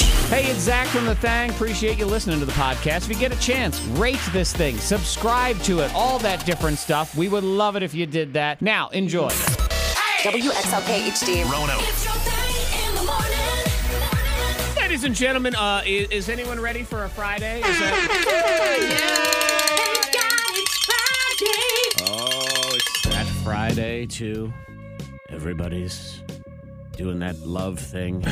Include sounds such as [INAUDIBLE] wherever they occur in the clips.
Hey, it's Zach from The Thang. Appreciate you listening to the podcast. If you get a chance, rate this thing, subscribe to it, all that different stuff. We would love it if you did that. Now, enjoy. WXLK HD. It's your thing in the morning. Ladies and gentlemen, uh, is, is anyone ready for a Friday? Is that- Thank God it's Friday. oh, it's that Friday, too. Everybody's doing that love thing,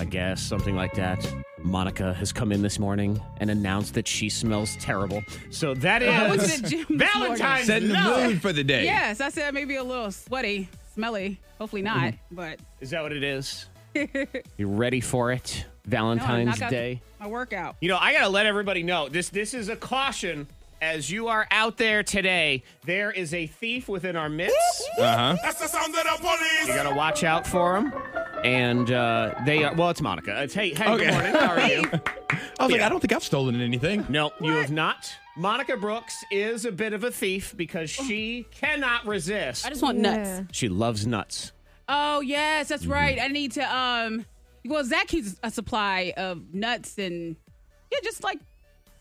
I guess, something like that. Monica has come in this morning and announced that she smells terrible. So that is I went to the gym this Valentine's morning. Setting the love. mood for the day. Yes, I said maybe a little sweaty, smelly. Hopefully Mm-hmm. not, but Is that what it [LAUGHS] is? you ready for it? no, I Valentine's knock out Day. my workout. You know, I gotta let everybody know this. This is a caution. As you are out there today, there is a thief within our midst. Uh-huh. Uh huh. You gotta watch out for him. And uh, they are. Well, it's Monica. It's hey, hey, good Okay. morning. How are you? I was like, I don't think I've [LAUGHS] stolen anything. No, you have not. Monica Brooks is a bit of a thief because she cannot resist. Oh. I just want nuts. She loves nuts. Oh yes, that's Mm-hmm. right. I need to um. Well, Zach keeps a supply of nuts and yeah, just like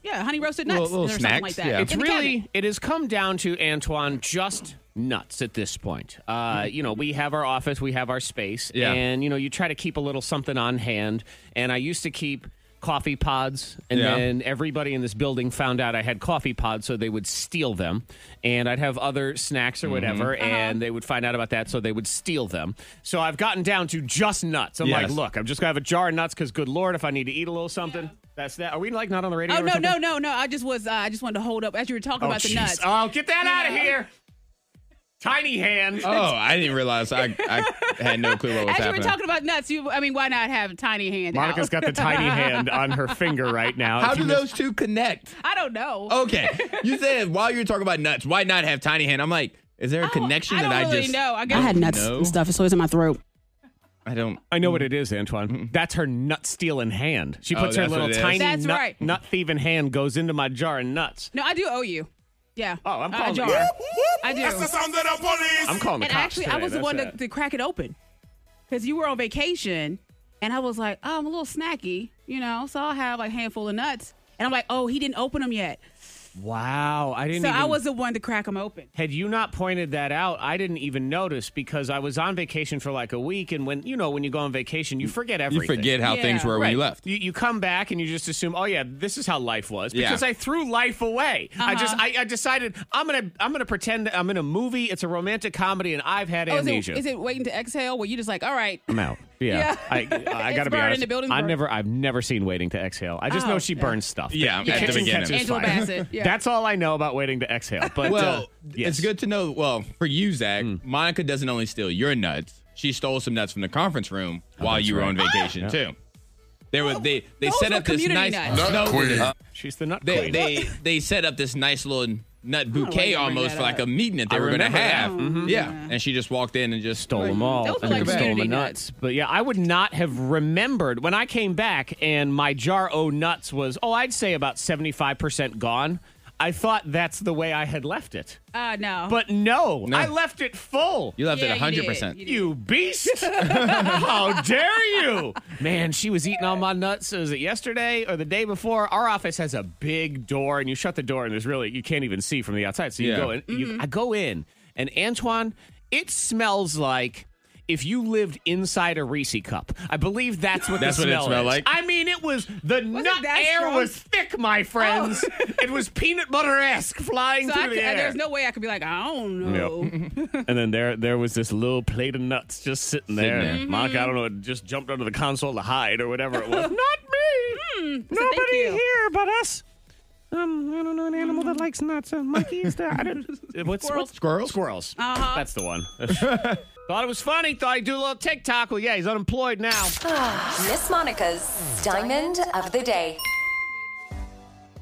yeah, honey roasted nuts Little- little or something like that. snacks, yeah. in It's the cabinet. really, it has come down to Antoine just nuts at this point. Uh, you know, we have our office, we have our space, Mm-hmm. Yeah. and you know, you try to keep a little something on hand. And I used to keep coffee pods, and Yeah. then everybody in this building found out I had coffee pods, so they would steal them. And I'd have other snacks Mm-hmm. or whatever, Uh-huh. and they would find out about that, so they would steal them. So I've gotten down to just nuts. I'm like, Yes. look, I'm just gonna have a jar of nuts because, good lord, if I need to eat a little something. That's that. Are we like not on the radio? Oh or no something? no no no! I just was uh, I just wanted to hold up as you were talking about the jeez. nuts. Oh, get that out of here. Tiny hand. Oh, I didn't realize. I, I had no clue what was as you happening. were talking about nuts, you I mean, why not have tiny [LAUGHS] hands? Monica's out? got the [LAUGHS] tiny hand on her finger right now. How If do you those two connect? I don't know. Okay. You said while you were talking about nuts, why not have tiny hand? I'm like, is there a connection I don't that really I just know. I, guess don't I had nuts know? and stuff, so it's in my throat. I don't. I know what it is, Antoine. That's her nut stealing hand. She Mm-hmm. Oh, puts her that's little what it is. tiny That's nut, right. nut thieving hand goes into my jar of nuts. No, I do owe you. Yeah. Oh, I'm Uh, calling a jar. the- I do. I'm calling the and cops actually, today. I was the That's one to, it. to crack it open because you were on vacation, and I was like, oh, I'm a little snacky, you know, so I'll have like a handful of nuts, and I'm like, oh, he didn't open them yet, Wow, I didn't. so even- I was the one to crack them open. Had you not pointed that out, I didn't even notice because I was on vacation for like a week, and when you know when you go on vacation, you forget You everything. forget how Yeah. things were when you left. You, you come back and you just assume, oh yeah, this is how life was Yeah. because I threw life away. I just Uh-huh. I, I decided I'm gonna I'm gonna pretend that I'm in a movie. It's a romantic comedy, and I've had Oh, is, it, amnesia. is it waiting to exhale? Where you just like, [CLEARS THROAT] all right, I'm out. [LAUGHS] Yeah, Yeah. [LAUGHS] I, I It's gotta be burned honest. in the building's I burned. never, I've never seen Waiting to Exhale. I just know Oh, she yeah. burns stuff. Yeah, The at the kitchen beginning. catches Angela fire. Bassett, yeah. That's all I know about Waiting to Exhale. But Well, uh, yes. it's good to know. Well, for you, Zach, Mm. Monica doesn't only steal your nuts; she stole some nuts from the conference room Oh, while you were on vacation too. There were they they Those set were up this community nice nuts. no, She's the nut they, queen. they they set up this nice little nut bouquet you bring almost that for like up. a meeting that Mm-hmm. I they were going to remember that. have. Yeah, and she just walked in and just stole them all. Those were I think like I stole the community nuts. But yeah, I would not have remembered when I came back and my jar o nuts was oh, I'd say about 75% gone. I thought that's the way I had left it. uh, no, But no, No. I left it full. You left Yeah, it you did. hundred percent. You did. You beast! [LAUGHS] How dare you! Man, she was eating all my nuts. Was it yesterday or the day before? Our office has a big door, and you shut the door, and there's really you can't even see from the outside. So you Yeah. go in. You, Mm-hmm. I go in, and Antoine, it smells like. If you lived inside a Reese cup, I believe that's what That's the what it smell smelled is. like? I mean, it was the nut that air strong? Oh. was thick, my friends. it was peanut butter esque flying so through I the could- air. there's no way I could be like, I don't know. [LAUGHS] and then there there was this little plate of nuts just sitting there. Mm-hmm. Monica, I don't know, it just jumped under the console to hide or whatever it was. [LAUGHS] Not me. Hmm. so thank you. Mm-hmm. here but us. Um, I don't know an animal that likes nuts. A monkey is there. I [LAUGHS] don't. Uh, What's Squirrels. Squirrels. Squirrels. Uh-huh. That's the [LAUGHS] one. Thought it was funny. Thought he'd do a little TikTok. Well, yeah, he's unemployed now. Miss Monica's Diamond of the Day.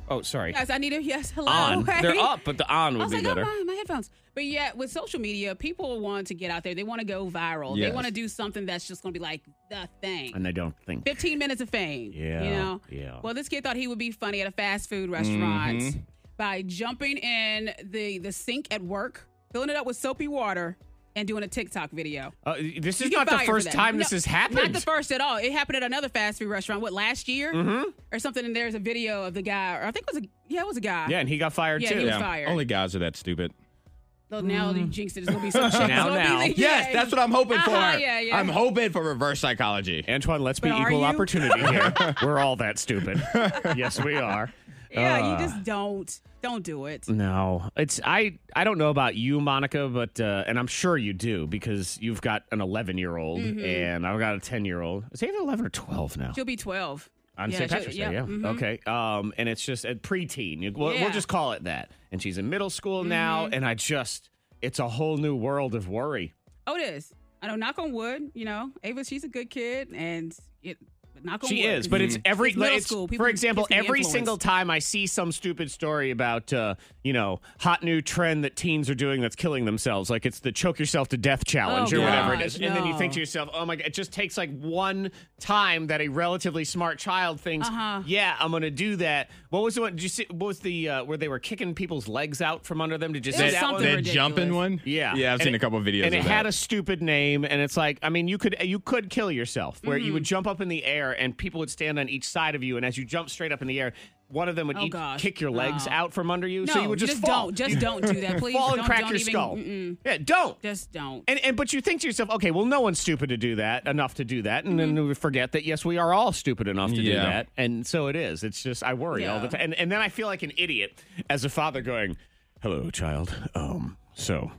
Oh, sorry. Guys, I need a yes. Hello. On. They're Hey. up, but the on I would was be like, better. oh, my, my headphones. But yeah, with social media, people want to get out there. They want to go viral. They Yes. want to do something that's just going to be like the thing. And I don't think. 15 minutes of fame. Yeah, You know? yeah. Mm-hmm. Well, this kid thought he would be funny at a fast food restaurant by jumping in the, the sink at work, filling it up with soapy water, and doing a TikTok video. Uh, this is You get not the fired for first that. time No, this has happened. Not the first at all. It happened at another fast food restaurant. What last year Mm-hmm. or something? And there's a video of the guy, or I think it was a yeah, it was a guy. yeah, and he got fired Yeah, too. he was fired. Only guys are that stupid. So now you jinxed it. It's gonna [LAUGHS] be some shit. Mm. Now, It's gonna be now. like- [LAUGHS] Yes, yeah. that's what I'm hoping for. Uh-huh, yeah, yeah. I'm hoping for reverse psychology. Antoine, let's be But are equal you? opportunity [LAUGHS] here. We're all that stupid. yes, we are. Yeah, Uh, you just don't don't do it. Mm. No, it's I. I don't know about you, Monica, but uh, and I'm sure you do because you've got an 11 year old Mm-hmm. and I've got a 10 year old. Is he even 11 or 12 now? She'll be twelve. On Yeah, St. she'll- Patrick's Day, yeah, yeah. mhm. Okay. Um, and it's just a preteen. You- We'll, we'll Yeah. Mm-hmm. just call it that. And she's in middle school now, and I just, it's a whole new world of worry. Oh, it is. I don't knock on wood. You know, Ava, she's a good kid, and it, but knock on She wood, Mm-hmm. is, but it's every. middle it's- school. People- for example, kids can be every influenced. single time I see some stupid story about, uh, you know, hot new trend that teens are doing that's killing themselves, like it's the choke yourself to death challenge Oh, or whatever it gosh, is, and then you think no. to yourself, oh my god, it just takes like one time that a relatively smart child thinks, Uh-huh. yeah, I'm gonna do that. What was the one? Did you see? What was the uh, where they were kicking people's legs out from under them to just It was that something one? that ridiculous. jumping one? Yeah, Yeah, I've And seen it- a couple videos And of it had that. a stupid name, and it's like, I mean, you could you could kill yourself, where Mm-hmm. you would jump up in the air, and people would stand on each side of you, and as you jump straight up in the air, one of them would Oh, each gosh. kick your legs No. out from under you, No, so you would just, fall. [LAUGHS] don't. Just don't do that, please. fall and don't, crack don't your even- skull. mm-mm. Yeah, don't. Just don't. And, and but you think to yourself, okay, well, no one's stupid to do that enough to do that, and Mm-hmm. then we forget that yes, we are all stupid enough to do Yeah. that, and so it is. It's just I worry all the Yeah. time, and, and then I feel like an idiot as a father going, "Hello, child. Um, so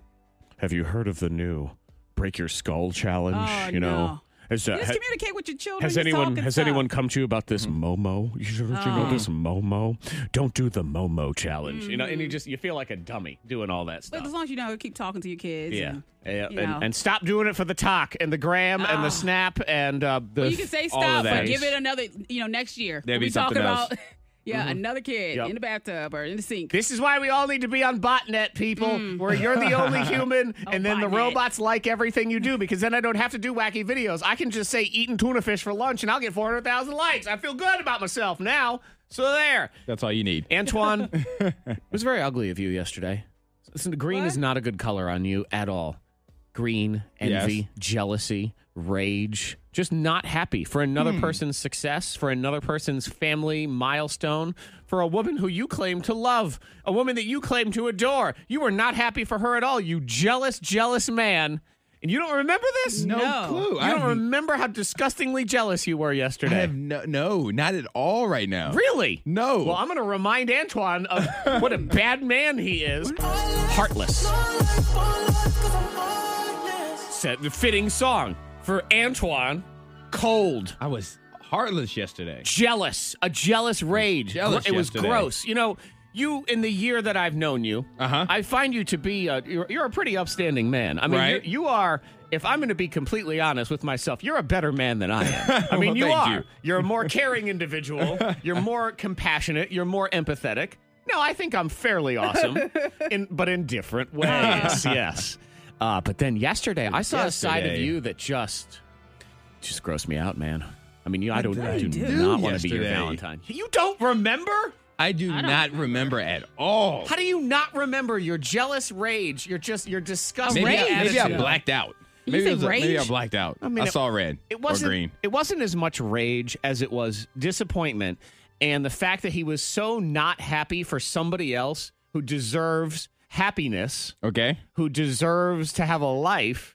have you heard of the new break your skull challenge? Oh, you know." no. Has, uh, just ha- communicate with your children. has Just anyone talk and has stuff. Mm-hmm. Oh. anyone come to you about this Momo? You, sure- you know this Momo? Don't do the Momo challenge. You know, and you just you feel like a dummy doing all that stuff. Mm. But as long as you know, keep talking to your kids. Yeah. and- Yeah, you know. and, and stop doing it for the talk and the gram and the Ah. snap and uh, the. Well, you can say all of stop, that. but give it another. You know, next year. There'd We'll be something talking else. Mm-hmm. about. [LAUGHS] Yeah, another kid Yep. in the bathtub or in the sink. this is why we all need to be on botnet, people, where you're the [LAUGHS] only human, and then the Hmm. Oh, botnet. robots like everything you do because then I don't have to do wacky videos. I can just say eating tuna fish for lunch and I'll get 400,000 likes. I feel good about myself now. So there. That's all you need. [LAUGHS] Antoine, it was very ugly of you yesterday. Listen, green is What? not a good color on you at all. Green, envy, Yes. jealousy, rage, just not happy for another Hmm. person's success, for another person's family milestone, for a woman who you claim to love, a woman that you claim to adore. You were not happy for her at all, you jealous, jealous man. And you don't remember this? No No. clue. You I don't have- remember how disgustingly jealous you were I yesterday. have no, no, not at all right now. Really? No. Well, I'm going to remind Antoine of what a bad man he is. Heartless. Set the fitting song for Antoine. Cold. I was heartless yesterday. Jealous. A jealous rage. Jealous it was yesterday. gross. You know, you in the year that I've known you, Uh-huh. I find you to be a you're, you're a pretty upstanding man. I mean, Right. you, you are. If I'm going to be completely honest with myself, you're a better man than I am. [LAUGHS] I mean, Well, you thank are. you. You're a [LAUGHS] more caring individual. You're more compassionate. You're more empathetic. No, I think I'm fairly awesome, [LAUGHS] in, but in different ways. yes. Uh, but then yesterday, I saw a side of Yesterday. you that just just grossed me out, man. I mean, you, I don't, I do do not want to be your yesterday? Valentine. You don't remember? I do not remember at all. How do you not remember your jealous rage? You're just you're disgusting. maybe I, maybe I attitude? blacked out. You Maybe, say it was a- maybe I rage? blacked out. I, mean, it- saw red It wasn't or green. It wasn't as much rage as it was disappointment and the fact that he was so not happy for somebody else who deserves happiness, Okay. who deserves to have a life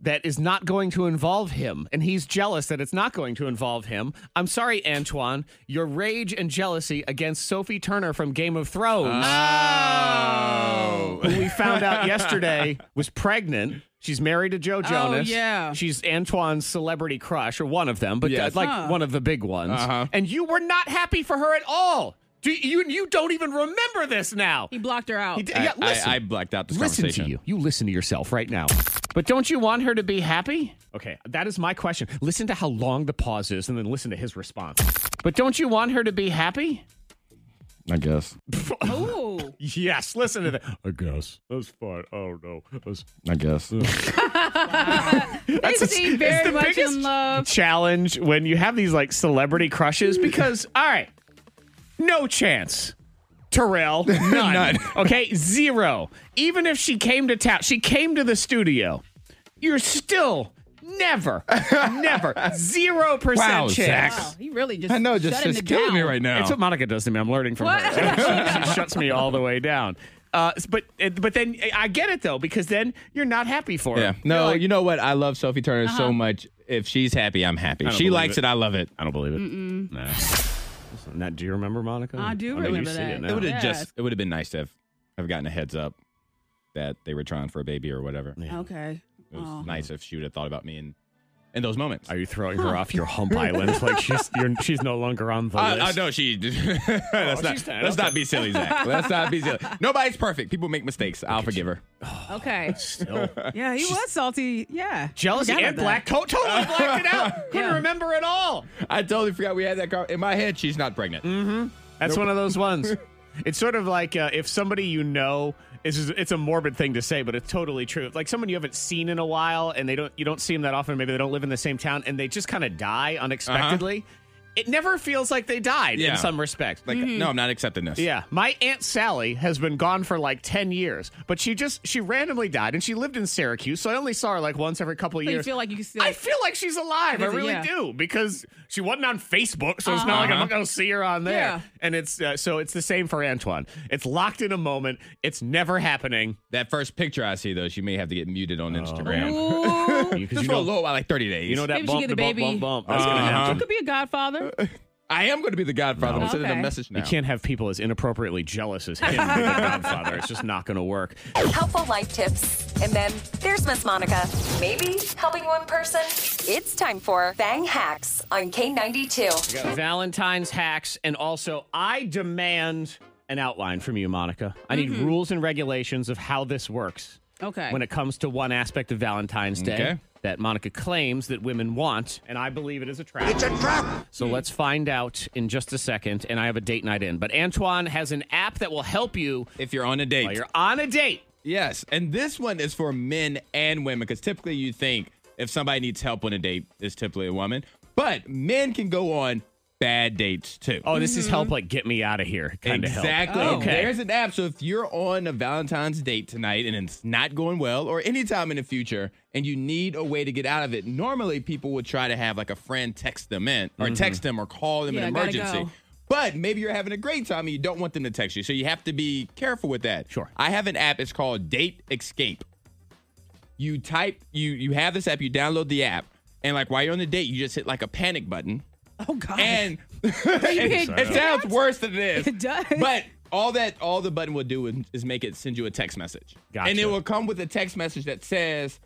that is not going to involve him and he's jealous that it's not going to involve him. I'm sorry Antoine, your rage and jealousy against Sophie Turner from Game of Thrones Oh. who we found [LAUGHS] out yesterday was pregnant. She's married to Joe Jonas. Oh, yeah. She's Antoine's celebrity crush, or one of them, but Yes. uh, like Huh. one of the big ones. Uh-huh. And you were not happy for her at all. Do you, you, you don't even remember this now. he blocked her out. He did- I, yeah, I- listen. I blacked out this Listen to conversation. you. You listen to yourself right now. But don't you want her to be happy? Okay, that is my question. Listen to how long the pause is and then listen to his response. But don't you want her to be happy? I guess. [LAUGHS] Ooh. Yes, listen to that. I guess. That's fine. I don't know. That's, I guess. They seem very much in love. challenge when you have these like celebrity [LAUGHS] crushes because all right, no chance. [LAUGHS] Terrell, none. None. Okay, zero. Even if she came to town, she came to the studio. You're still [LAUGHS] never, never, zero percent Wow, chance. Zach. Wow, he really just I know, just, shutting just it killing down. me right now. It's what Monica does to me. I'm learning from [LAUGHS] her. she shuts me all the way down. Uh, but but then eh, I get it though because then you're not happy for yeah. her. No, you know what? I love Sophie Turner Uh-huh. so much. If she's happy, I'm happy. She believe likes it. it. I love it. I don't believe it. No. Listen, Now, do you remember Monica? I do know you remember see that. it now. It would Yes. have just. It would have been nice to have, have gotten a heads up that they were trying for a baby or whatever. Okay. It was Uh-huh. Oh. nice if she would have thought about me in, in those moments. Are you throwing her off your [LAUGHS] hump island? Like she's you're, she's no longer on the I, list. I know she. [LAUGHS] let's Oh, she's not, fine. let's Okay. not be [LAUGHS] silly, Zach. Let's not be silly. Nobody's perfect. People make mistakes. I'll forgive her. [LAUGHS] Okay. Still. Yeah, he was salty. Yeah. [LAUGHS] Jealousy Forgot and about black that. coat totally blacked it [LAUGHS] out. Couldn't Yeah. remember at all. I totally forgot we had that car. In my head, she's not pregnant. Mm-hmm. That's one of those ones. It's sort of like uh, if somebody you know is it's a morbid thing to say, but it's totally true. Like someone you haven't seen in a while, and they don't you don't see them that often. Maybe they don't live in the same town, and they just kind of die unexpectedly. It never feels like they died Yeah. in some respects. Like, no, I'm not accepting this. Yeah, my aunt Sally has been gone for like ten years, but she just she randomly died, and she lived in Syracuse, so I only saw her like once every couple of So you years. feel like you can still- I feel like she's alive. I Visit, really yeah. Uh-huh. do because she wasn't on Facebook, so it's not like I'm not gonna see her on there. Yeah. And it's uh, so it's the same for Antoine. It's locked in a moment. It's never [LAUGHS] happening. That first picture I see, though, she may have to get muted on Instagram. Ooh. Because Just Oh, you for a know, little while, like 30 days. you know that Maybe she bump, get the a bump, baby. bump, bump. That's gonna Uh-huh. happen. Could be a godfather. I am going to be the godfather. No. I'm sending Okay. a message now. You can't have people as inappropriately jealous as him being the [LAUGHS] Godfather. It's just not going to work. Helpful life tips. And then there's Miss Monica. Maybe helping one person. It's time for Bang Hacks on K92. got Valentine's hacks, and also I demand an outline from you, Monica. I need Mm-hmm. rules and regulations of how this works Okay. when it comes to one aspect of Valentine's Day Okay. that Monica claims that women want, and I believe it is a trap. It's a trap. Mm. So let's find out in just a second, and I have a date night in. But Antoine has an app that will help you If you're on a date. while you're on a date. Yes, and this one is for men and women because typically you think if somebody needs help on a date, it's typically a woman. But men can go on bad dates too. Oh, this is help like get me out of here kind of help. Mm-hmm. exactly. Oh. Okay. There's an app. So if you're on a Valentine's date tonight and it's not going well, or anytime in the future, and you need a way to get out of it, normally people would try to have like a friend text them in, or Mm-hmm. text them, or call them Yeah, an gotta emergency. go. But maybe you're having a great time and you don't want them to text you. So you have to be careful with that. Sure. I have an app. It's called Date Escape you type you you have this app you download the app and like while you're on the date you just hit like a [LAUGHS] panic button Oh God. and it, Sorry. it sounds worse than it is It does. but all that all the button will do is, is make it send you a text message and Gotcha. it will come with a text message that says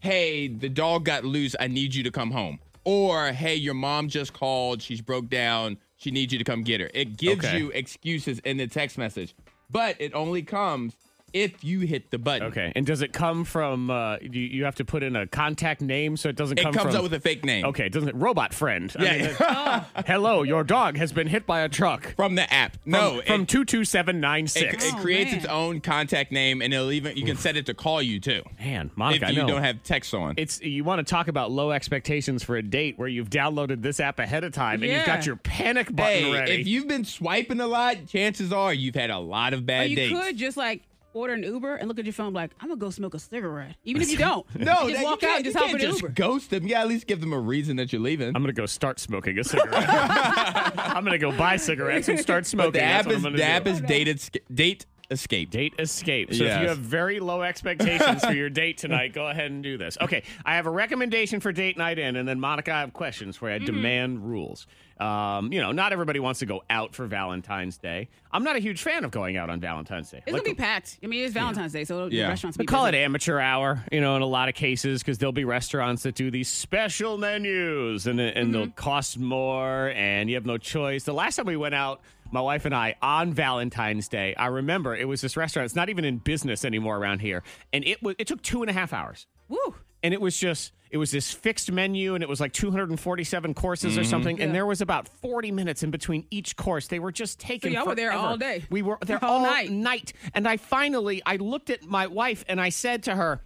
hey the dog got loose i need you to come home or hey your mom just called she's broke down she needs you to come get her it gives Okay. you excuses in the text message but it only comes if you hit the button Okay, and does it come from? Uh, you, you have to put in a contact name, so it doesn't. it come comes from, up with a fake name Okay, doesn't it? Robot friend. I mean, yeah. [LAUGHS] that- hello, your dog has been hit by a truck. from the app. No, from, from it, two two seven nine it, six. it creates Oh, man. its own contact name, and it'll even you can set it to call you too. Man, Monica, if I you know. don't have text on, it's you want to talk about low expectations for a date where you've downloaded this app ahead of time and you've Yeah. got your panic button hey, ready. if you've been swiping a lot, chances are you've had a lot of Or bad Oh, you dates. could just like order an Uber and look at your phone like I'm gonna go smoke a cigarette, even if you don't. [LAUGHS] no, You that- just you walk out can't- and just you hop can't in an Uber. ghost them. Yeah, at least give them a reason that you're leaving. I'm gonna go start smoking a cigarette. [LAUGHS] I'm gonna go buy cigarettes and start smoking. but the That's app what I'm is gonna the app do. is dated sca- date escape. Date escape. So if Yes. you have very low expectations for your date tonight, go ahead and do this. Okay, I have a recommendation for date night in, and then Monica, I have questions for you. I demand rules. Um, you know, not everybody wants to go out for Valentine's Day. I'm not a huge fan of going out on Valentine's Day. It's Like, gonna be packed. I mean, it's Valentine's Day, so the Yeah. restaurants. we be call it busy. amateur hour, you know, in a lot of cases, because there'll be restaurants that do these special menus and, and Mm-hmm. they'll cost more and you have no choice. The last time we went out, my wife and I, on Valentine's Day, I remember it was this restaurant. It's not even in business anymore around here. And it, was, it took two and a half hours Woo. and it was just it was this fixed menu and it was like 247 courses Mm-hmm. or something and there was about 40 minutes in between each course they were just taking y'all were there forever. all day? we [LAUGHS] were there all, All night. and i finally i looked at my wife and i said to her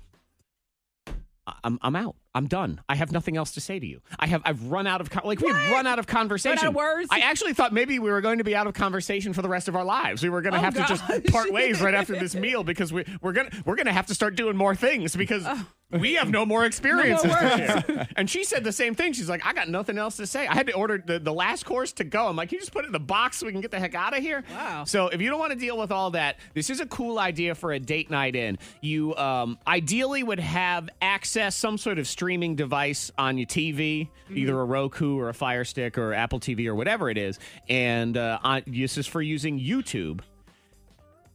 "I- i'm, I'm out I- I'm done. I have nothing else to say to you. I have I've run out of con- like we had run out of conversation. words? I actually thought maybe we were going to be out of conversation for the rest of our lives. We were going to Oh, have to gosh. just part ways right [LAUGHS] after [LAUGHS] this meal because we we're going to we're going to have to start doing more things because we have Oh. [LAUGHS] no more experiences. here. and she said the same thing. She's like, I got nothing else to say. I had to order the, the last course to go. I'm like, you just put it in the box so we can get the heck out of here. Wow. So if you don't want to deal with all that, this is a cool idea for a date night in. You um, ideally would have access some sort of streaming device on your TV, either a Roku or a Fire Stick or Apple TV or whatever it is, and uh, on, this is for using YouTube.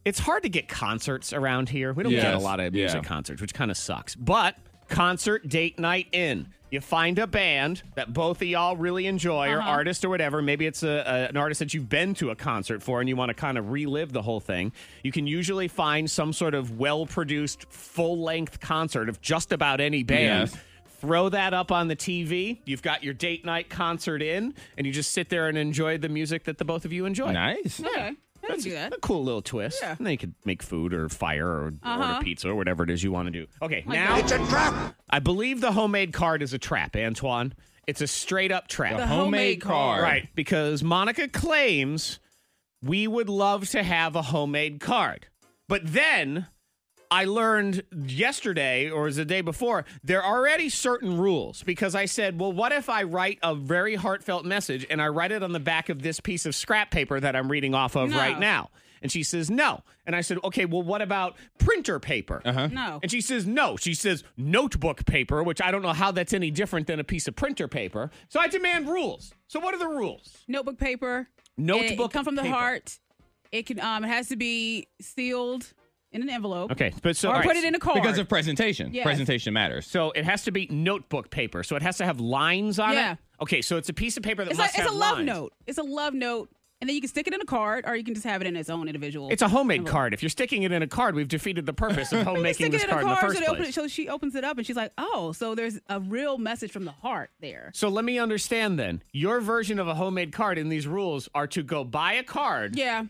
It's hard to get concerts around here. We don't get a Yes. lot of music Yeah. concerts, which kind of sucks. But concert date night in. You find a band that both of y'all really enjoy, or artist or whatever. Maybe it's a, a- an artist that you've been to a concert for and you want to kind of relive the whole thing. You can usually find some sort of well produced, full length concert of just about any band. Yes. Throw that up on the TV. You've got your date night concert in, and you just sit there and enjoy the music that the both of you enjoy. Nice. Okay. I can That's do that. a cool little twist. Yeah. Uh-huh. And then you could make food or fire or order pizza or whatever it is you want to do. Okay, now It's I believe the homemade card is a trap, Antoine. It's a straight up trap. The homemade card. Right, because Monica claims we would love to have a homemade card. But then I learned yesterday or is the day before, there are already certain rules because I said, well, what if I write a very heartfelt message and I write it on the back of this piece of scrap paper that I'm reading off of No. right now? And she says, no. And I said, okay, well, what about printer paper? Uh-huh. No. And she says, no. She says, notebook paper, which I don't know how that's any different than a piece of printer paper. So I demand rules. So what are the rules? Notebook paper. Notebook It, it come from the paper. heart. It can. Um. It has to be sealed in an envelope. Okay, but so Or all right, put it in a card. Because of presentation. Yes. Presentation matters. So it has to be notebook paper. So it has to have lines on Yeah. it. Okay, so it's a piece of paper that It's, like, must it's a have love lines. note. It's a love note, and then you can stick it in a card, or you can just have it in its own individual. It's a homemade card. If you're sticking it in a card, we've defeated the purpose [LAUGHS] of home You stick making it this in a card in the card, first so, they open it- place. so she opens it up and she's like, "Oh, so there's a real message from the heart there." So let me understand then. Your version of a homemade card in these rules are to go buy a card Yeah, Mm-hmm.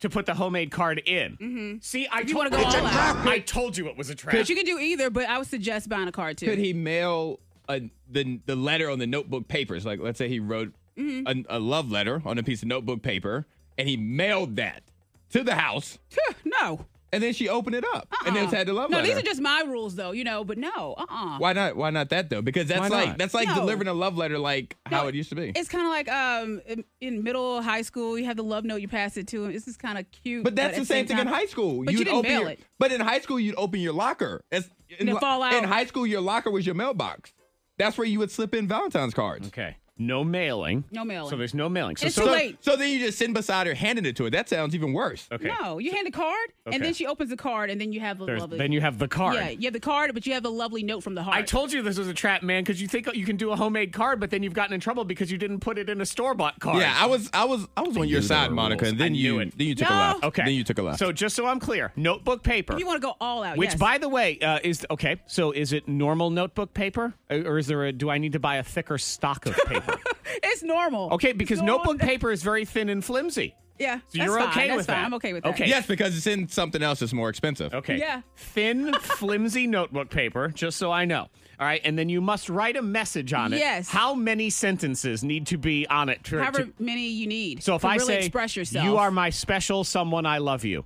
to put the homemade card in. See, I you told wanna go all out. I told you it was a trap. but you can do either. But I would suggest buying a card too. Could he mail a, the the letter on the notebook papers? Like, let's say he wrote Mm-hmm. a, a love letter on a piece of notebook paper, and he mailed that to the house, [LAUGHS] no, and then she opened it up, and then it had the love Uh-uh. no. letter. These are just my rules, though. You know, but no, uh, uh why not? Why not that though? Because Why not? that's like that's like No. delivering a love letter, like how No, it used to be. It's kind of like um in- in middle high school, you have the love note, you pass it to him. This is kind of cute. But that's at the same thing in time- high school. But you You'd didn't open mail your- it. But in high school, you'd open your locker. It's, in, And it lo- fall out. in high school, your locker was your mailbox. That's where you would slip in Valentine's cards. okay. No mailing. No mailing. So there's no mailing. So, It's so too late. So then you just sitting beside her, handing it to her. That sounds even worse. Okay. No, you hand the card, Okay. and then she opens the card, and then you have the There's- lovely. then you have the card. yeah, you have the card, but you have the lovely note from the heart. I told you this was a trap, man, because you think you can do a homemade card, but then you've gotten in trouble because you didn't put it in a store bought card. Yeah, I was, I was, I was on your knew there side, were Monica, rules. and I then knew you, it. then you took a No. left. Okay. Then you took a left. So just so I'm clear, notebook paper. If you want to go all out, which, yes. by the way, uh, is okay. So, is it normal notebook paper, or or is there a? Do I need to buy a thicker stock of paper? [LAUGHS] it's normal. Okay, It's because normal. notebook paper is very thin and flimsy. Yeah, so that's you're fine, okay that's with fine. that. I'm okay with that. Okay, yes, because it's in something else that's more expensive. Okay. Yeah. Thin, flimsy [LAUGHS] notebook paper, just so I know. All right. And then you must write a message on it. Yes. How many sentences need to be on it? to- however to- many you need. so if to I really say, express yourself, you are my special someone, I love you.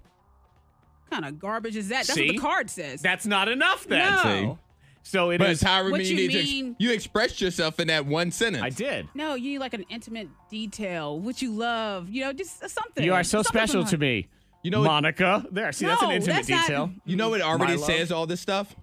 What kind of garbage is that? That's See? what the card says. That's not enough then. no, So it But is. it's however What many you you need to. mean- Ex- you expressed yourself in that one sentence. I did. no. You need like an intimate detail, what you love. You know, just something. You are so Something special from to her. me. You know what- Monica. There. See, that's an No, intimate that's not- detail. [LAUGHS] You know, it already My love. says all this stuff.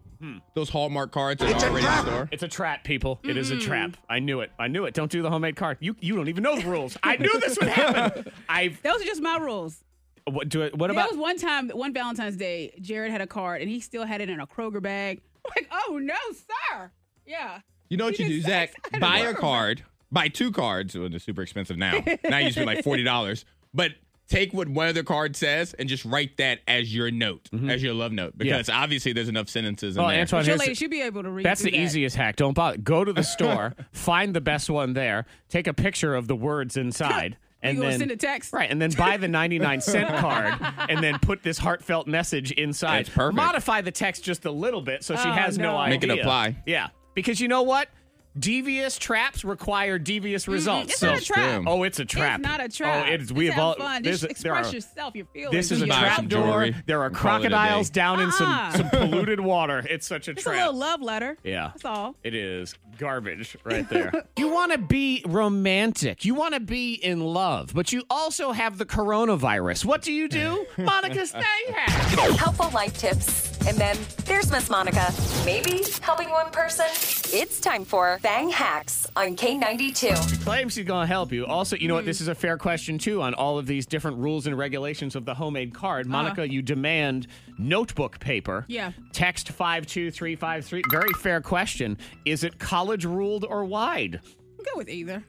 Those Hallmark cards that are already in the store. Hmm. It's a trap, people. It is a Mm. trap. I knew it. I knew it. Don't do the homemade card. You you don't even know the rules. I knew this would [LAUGHS] happen. I've. Those are just my rules. What, do I, what There about? was one time, one Valentine's Day, Jared had a card and he still had it in a Kroger bag. [LAUGHS] like, oh no, sir. Yeah. You know what you, You do, just- Zach? [LAUGHS] I don't Buy know. a card, buy two cards. Well, they're super expensive now. now you spend like forty [LAUGHS] dollars, but take what one of the cards says and just write that as your note, as your love note, because obviously there's enough sentences in Well, there. Mm-hmm. Oh, Antoine, Your here's- lady should be able to read. That's the through that. easiest hack. Don't bother. Go to the store, [LAUGHS] find the best one there, take a picture of the words [LAUGHS] inside. And gonna then send a text? right, and then buy the ninety-nine cent [LAUGHS] card, and then put this heartfelt message inside. That's perfect. Modify the text just a little bit so she Oh, has no, no. idea. Make it apply. Yeah, Because you know what? Devious traps require devious results. Mm-hmm. It's not a So trap. true. Oh, it's a trap. It's not a trap. Oh, it's we Just have all. have fun. there's Just a- there express are- yourself, your feelings. This is a you Buy know? some trap door. jewelry There are and call it a day. crocodiles down in some, Uh-uh. [LAUGHS] some polluted water. It's such a It's a trap. little love letter. Yeah. That's all. It is garbage right there. [LAUGHS] you want to be romantic. You want to be in love, but you also have the coronavirus. What do you [LAUGHS] do? Monica Stay hack. Helpful life tips. And then there's Miss Monica. Maybe helping one person. It's time for Bang Hacks on K92. Claims she's going to help you. Also, you know what? This is a fair question, too, on all of these different rules and regulations of the homemade card. Monica, you demand notebook paper. Yeah. Text 52353. Very fair question. Is it college ruled or wide? I'm good with either.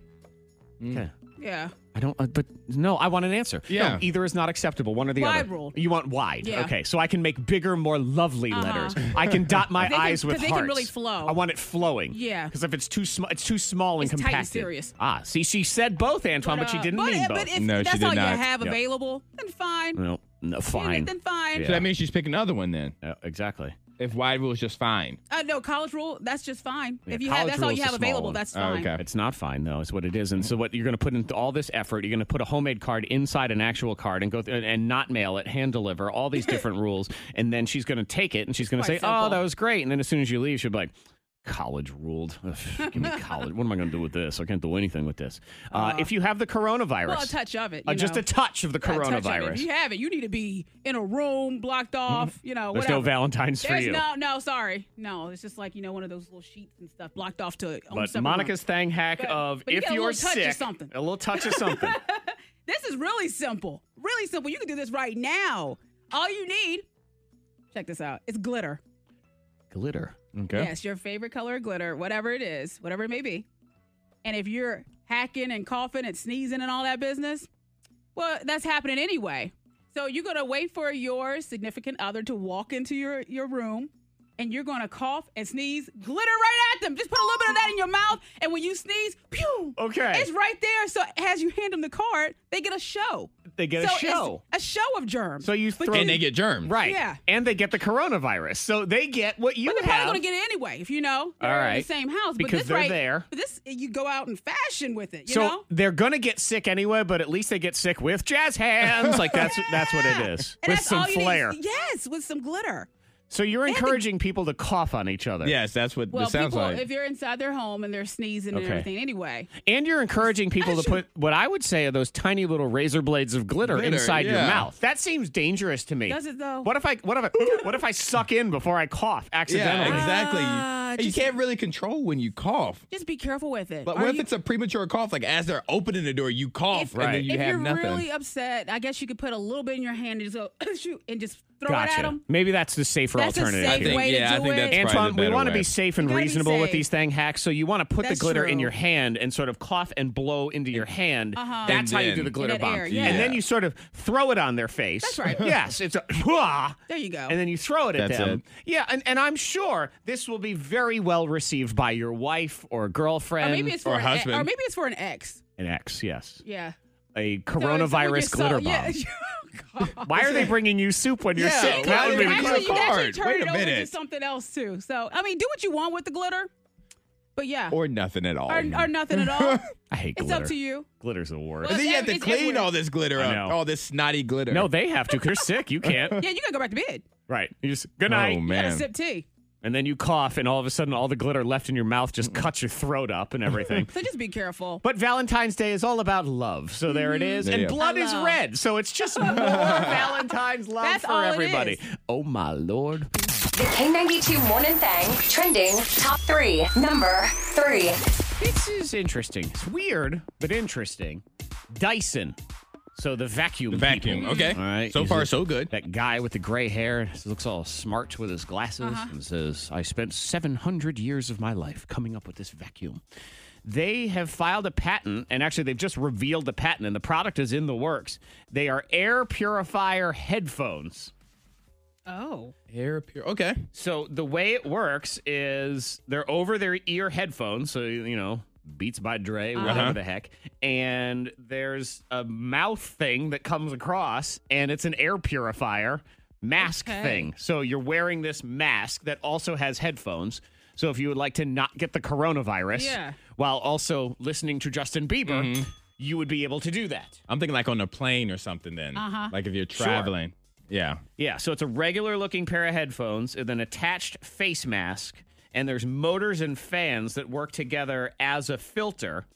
Okay. Yeah. I don't, uh, but no, I want an answer. Yeah. No, either is not acceptable, one or the Wide other. rule. You want wide. Yeah. Okay, so I can make bigger, more lovely letters. I can dot my They can- I's with [LAUGHS] 'cause they can hearts. really flow. I want it flowing. Yeah. Because if it's too small, it's too small and It's tight and compacted. serious. Ah, see, she said both, Antoine, but, she uh, didn't but, mean uh, both. But if No, she that's did all not. you have Yeah. available, then fine. no, no, Yeah, fine. Then fine. So that means she's picking another one then. Yeah, exactly. If wide rule is just fine. Uh, no, college rule, that's just fine. Yeah, if you have, college that's all rule's you a have small available, one. that's Oh, fine. Mm. okay. It's not fine though. It's what it is. And so what you're going to put into all this effort, you're going to put a homemade card inside an actual card and go th- and not mail it, hand deliver, all these [LAUGHS] different rules, and then she's going to take it and she's going to say, quite "Oh, simple. that was great." And then as soon as you leave, she'll be like, College ruled. Ugh, give me college. What am I going to do with this? I can't do anything with this. Uh, if you have the coronavirus, Well, a touch of it. Uh, you just know. a touch of the Yeah, a touch of it. coronavirus. Mm-hmm. If you have it, you need to be in a room, blocked off, you know, There's whatever. no Valentine's for There's you. no, no, sorry. No, it's just like, you know, one of those little sheets and stuff blocked off to own but separate Monica's room. thing hack But- of but you if get a you're little touch of sick, something. a little touch of [LAUGHS] something. This is really simple. Really simple. You can do this right now. All you need, check this out, it's glitter. Glitter. Okay. Yes, your favorite color of glitter, whatever it is, whatever it may be. And if you're hacking and coughing and sneezing and all that business, well, that's happening anyway. So you're gonna wait for your significant other to walk into your, your room and you're gonna cough and sneeze glitter right at them. Just put a little bit of that in your mouth, and when you sneeze, pew! Okay. It's right there. So as you hand them the card, they get a show. They get a So it's show. A show of germs. So you But throw And they get germs. Right. Yeah. And they get the coronavirus. So they get what you But they're have. probably gonna get it anyway, if you know they're All in the right. same house. but Because this they're right, there. But this you go out in fashion with it, you so know. they're gonna get sick anyway, but at least they get sick with jazz hands. Like [LAUGHS] that's that's what it is. And with that's some all you need. flair. Yes, with some glitter. So you're encouraging people to cough on each other. Yes, that's what Well, this sounds people, like. if you're inside their home and they're sneezing and Okay. everything, anyway, And you're encouraging people to put what I would say are those tiny little razor blades of glitter, Glitter, inside your yeah. mouth. That seems dangerous to me. Does it, though? What if I what if I what if I suck in before I cough yeah, accidentally? exactly. Ah, you just- can't really control when you cough. just be careful with it. But Are what if you- it's a premature cough? Like as they're opening the door, you cough if, and then you if have you're nothing. really upset, I guess you could put a little bit in your hand and just go [COUGHS] shoot and just throw it at Gotcha. them. Maybe that's the safer That's a alternative. safe here. I think- way yeah, to I do think it. that's probably Antoine, the we better want to way. be safe and You gotta be reasonable with safe. these thing hacks. So you want to put That's the glitter in true. your hand and sort of cough and blow into your hand. Uh-huh. That's And how you do then- the glitter In that bomb. air, yeah. And then Yeah. you sort of throw it on their face. That's right. [LAUGHS] yes, it's a Hua! There you go. And then you throw it at That's them. it. Yeah, and, and I'm sure this will be very well received by your wife or or girlfriend maybe it's for or an, e, husband. or maybe it's for an ex. an ex. Yes, Yeah. a So it's someone coronavirus you're glitter bomb. so- yeah. [LAUGHS] Oh, God. Why are they bringing you soup when you're Yeah, sick? why That would be are they the actually, you card. can actually turn Wait it a over to minute. something else too. So I mean, do what you want with the glitter, but yeah, or nothing at all. or, or nothing [LAUGHS] at all. I hate it's um, glitter. up to you. Glitter's the worst. and then you have to It's clean everywhere. all this glitter I up, know. all this snotty glitter. No, they have to because you're sick. [LAUGHS] You can't. Yeah, you gotta go back to bed. Right. You just good night. oh You gotta man, sip tea. And then you cough, and all of a sudden, all the glitter left in your mouth just cuts your throat up [LAUGHS] and everything. So just be careful. but Valentine's Day is all about love, so there it is. Mm-hmm. There And you go. blood is Hello. red, so it's just [LAUGHS] more Valentine's love That's for all it everybody. is. Oh my lord! The K92 Morning Thang trending top three. Number three. This is interesting. It's weird, but interesting. Dyson. So the vacuum. the vacuum. people. Okay, All right. So Is far, it- so good. That guy with the gray hair he looks all smart with his glasses and says, I spent 700 years of my life coming up with this vacuum. They have filed a patent, and actually, they've just revealed the patent, and the product is in the works. They are air purifier headphones. Oh, Hair pure. Okay. So the way it works is they're over their ear headphones, so you know Beats by Dre, whatever Uh-huh. the heck, and there's a mouth thing that comes across, and it's an air purifier mask Okay. thing. So you're wearing this mask that also has headphones. So if you would like to not get the coronavirus Yeah. Mm-hmm. while also listening to Justin Bieber, you would be able to do that. I'm thinking like on a plane or something then. Uh-huh. Like if you're traveling. Yeah. Yeah, so it's a regular looking pair of headphones with an attached face mask, and there's motors and fans that work together as a filter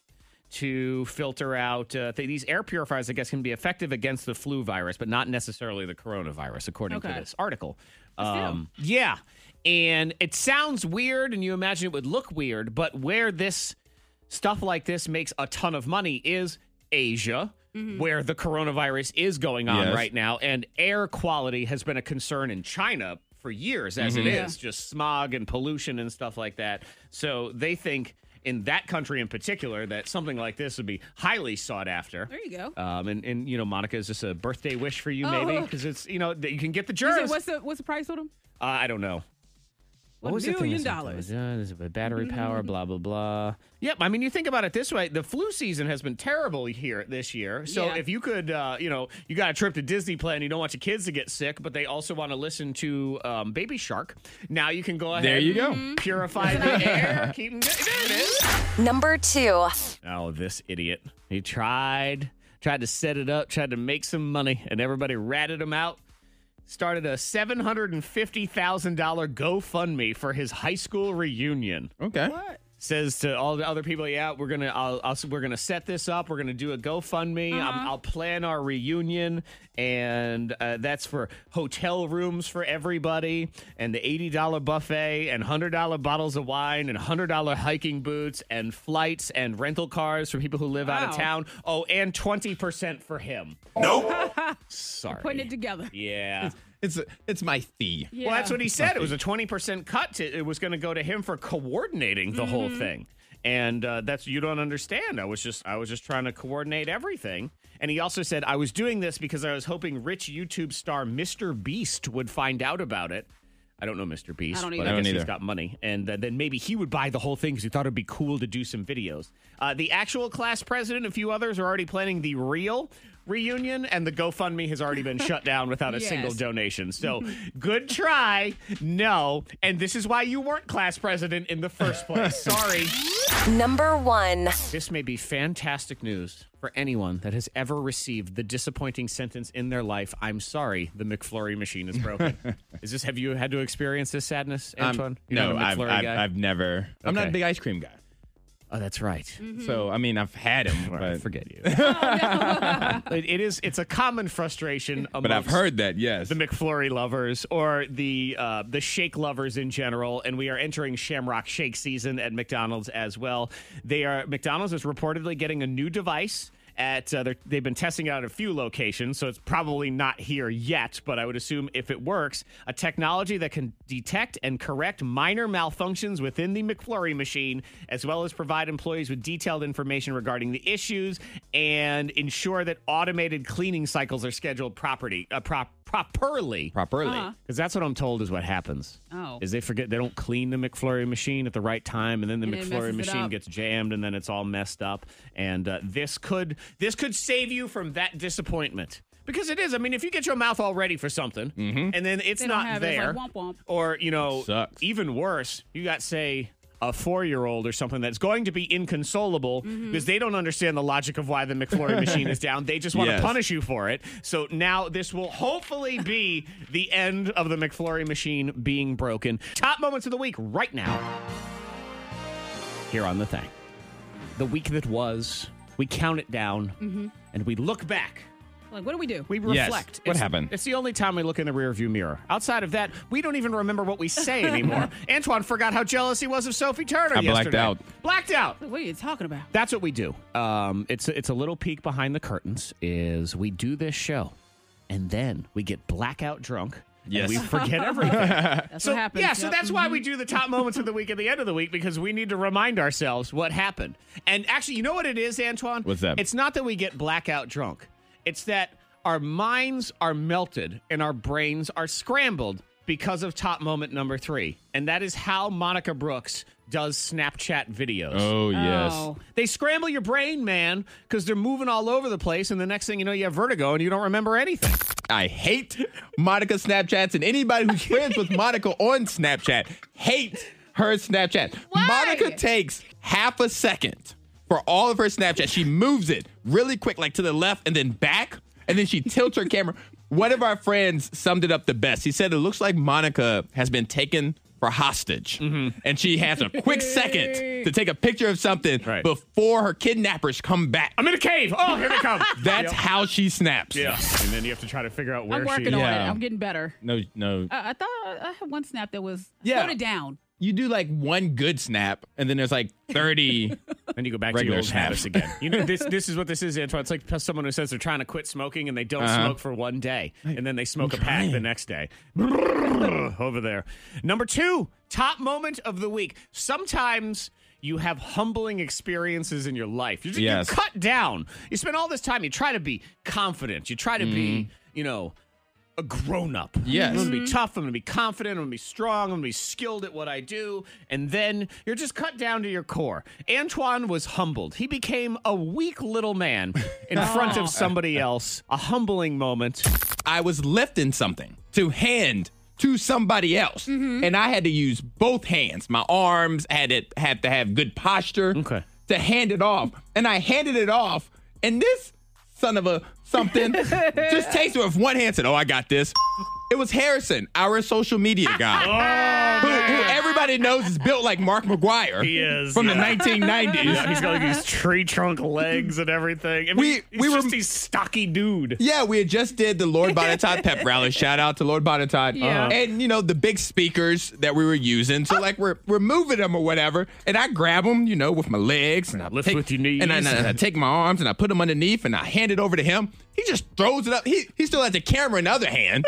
to filter out. Uh, th- these air purifiers, I guess, can be effective against the flu virus, but not necessarily the coronavirus, according to Okay. this article. Um, yeah, and it sounds weird, and you imagine it would look weird, but where this stuff like this makes a ton of money is Asia, Mm-hmm. where the coronavirus is going on Yes. right now. And air quality has been a concern in China for years, as it is just smog and pollution and stuff like that. So they think in that country in particular that something like this would be highly sought after. There you go. Um, and, and, you know, Monica, is this a birthday wish for you, maybe? Oh. Because it's, you know, that you can get the You germs. said, what's the what's the price on them? Uh, I don't know. What the thing million that something dollars. was done? Is it by battery power? Blah blah blah. Yep. I mean, you think about it this way: the flu season has been terrible here this year. So Yeah. if you could, uh, you know, you got a trip to Disney plan, you don't want your kids to get sick, but they also want to listen to um, Baby Shark. Now you can go ahead. There you go. Mm-hmm. Purify the air. Keep 'em good. There it is. Number two. Oh, this idiot. He tried, tried to set it up, tried to make some money, and everybody ratted him out. Started a $750,000 GoFundMe for his high school reunion. Okay. Says to all the other people, yeah, we're gonna, I'll, I'll, we're gonna set this up. We're gonna do a GoFundMe. I'm, I'll plan our reunion, and uh, that's for hotel rooms for everybody, and the eighty dollar buffet, and hundred dollar bottles of wine, and hundred dollar hiking boots, and flights, and rental cars for people who live out of Wow. town. Oh, and twenty percent for him. [LAUGHS] Sorry. Putting it together. yeah. It's it's my fee. Yeah. Well, that's what he said. It was a 20% cut. To, it was going to go to him for coordinating the whole thing. And uh, that's you don't understand. I was just I was just trying to coordinate everything. And he also said I was doing this because I was hoping rich YouTube star Mr. Beast would find out about it. I don't know Mr. Beast, don't but either. I guess I don't he's either. got money, and uh, then maybe he would buy the whole thing because he thought it'd be cool to do some videos. Uh, the actual class president, and a few others, are already planning the real reunion, and the GoFundMe has already been shut down [LAUGHS] without a Yes. single donation. So good try, no, and this is why you weren't class president in the first [LAUGHS] place. Sorry. Number one. This may be fantastic news for anyone that has ever received the disappointing sentence in their life. I'm sorry, the McFlurry machine is [LAUGHS] broken. is this? Have you had to experience this sadness, Um, Antoine? You're no, not a I've, McFlurry I've, guy? I've never. I'm not Okay. a big ice cream guy. Oh, that's right. Mm-hmm. So I mean, I've had them, All right, but forget [LAUGHS] you. It- it is. It's a common frustration. but I've amongst heard that yes. the McFlurry lovers or the uh, the shake lovers in general, and we are entering Shamrock Shake season at McDonald's as well. They are McDonald's is reportedly getting a new device. At uh, they're- they've been testing out at a few locations, so it's probably not here yet. But I would assume if it works, a technology that can detect and correct minor malfunctions within the McFlurry machine, as well as provide employees with detailed information regarding the issues and ensure that automated cleaning cycles are scheduled property uh, prop- properly. properly. Because that's what I'm told is what happens. Uh-huh. Oh. Is they forget they don't clean the McFlurry machine at the right time, and then the And it messes McFlurry it machine up. gets jammed, and then it's all messed up. And uh, this could this could save you from that disappointment. Because it is. I mean, if you get your mouth all ready for something, and then it's They don't not have it. It's there, like womp womp. or you know, Sucks. even worse, you got say. A four-year-old or something that's going to be inconsolable Mm-hmm. because they don't understand the logic of why the [LAUGHS] McFlurry machine is down. They just want Yes. to punish you for it. So now this will hopefully be the end of the McFlurry machine being broken. Top moments of the week right now. Here on the thing. The week that was, we count it down Mm-hmm. and we look back. Like, what do we do? We Yes. reflect. What It's- happened? It's the only time we look in the rearview mirror. Outside of that, we don't even remember what we [LAUGHS] say anymore. Antoine forgot how jealous he was of Sophie Turner. I blacked yesterday. out. Blacked out. Like, what are you talking about? That's what we do. Um, it's it's a little peek behind the curtains. Is we do this show, and then we get blackout drunk. Yes. and we forget [LAUGHS] everything. That's so what happens. yeah, so Yep. Mm-hmm. that's why we do the [LAUGHS] top moments of the week at the end of the week because we need to remind ourselves what happened. And actually, you know what it is, Antoine? What's that? It's not that we get blackout drunk. It's that our minds are melted and our brains are scrambled because of top moment number three, and that is how Monica Brooks does Snapchat videos. Oh yes. Oh. They scramble your brain, man, because they're moving all over the place, and the next thing you know, you have vertigo and you don't remember anything. I hate Monica Snapchats and anybody who's friends with Monica on Snapchat hate her Snapchat. Why? Monica takes half a second for all of her Snapchat. She moves it really quick, like to the left and then back, and then she tilts her camera. One of our friends summed it up the best. He said it looks like Monica has been taken for hostage, and she has a quick second to take a picture of something Right. before her kidnappers come back. I'm in a cave. Oh, here they come. [LAUGHS] That's how she snaps. yeah. And then you have to try to figure out where I'm working she. on Yeah. it. I'm getting better. No, no. I, I thought I had one snap that was Yeah. slowed it down. You do like one good snap, and then there's like [LAUGHS] 30 Then you go back Regular to your old snap. habits again. You know, this this is what this is, Antoine. It's like someone who says they're trying to quit smoking and they don't smoke for one day, and then they smoke a pack the Uh-huh. trying. next day. Over there. Number two, top moment of the week. Sometimes you have humbling experiences in your life. You're, just, Yes. you're cut down. You spend all this time. You try to be confident. You try to be, Mm-hmm. you know. A grown up. Yes. I'm gonna be tough. I'm gonna be confident. I'm gonna be strong. I'm gonna be skilled at what I do. And then you're just cut down to your core. Antoine was humbled. He became a weak little man [LAUGHS] in front of somebody else. A humbling moment. I was lifting something to hand to somebody else, Mm-hmm. and I had to use both hands. My arms had it had to have good posture Okay. to hand it off, and I handed it off, and this son of a [LAUGHS] something just takes it with one hand. Said, "Oh, I got this." It was Harrison, our social media [LAUGHS] guy, who, who everybody knows is built like Mark McGuire Oh, He is, [LAUGHS] from yeah. the 1990s. He's got like these tree trunk legs and everything. I mean, We- he's we were- just these stocky dude. Yeah, we had just did the Lord Bonatod [LAUGHS] pep rally. Shout out to Lord Bonatod. Yeah. And you know the big speakers that we were using. Uh, So like we're we're moving them or whatever, and I grab them, you know, with my legs and I Lift take- with your knees. and I, and I- and I take my arms and I put them underneath and I hand it over to him. He just throws it up. He he still has the camera in the [LAUGHS] other hand.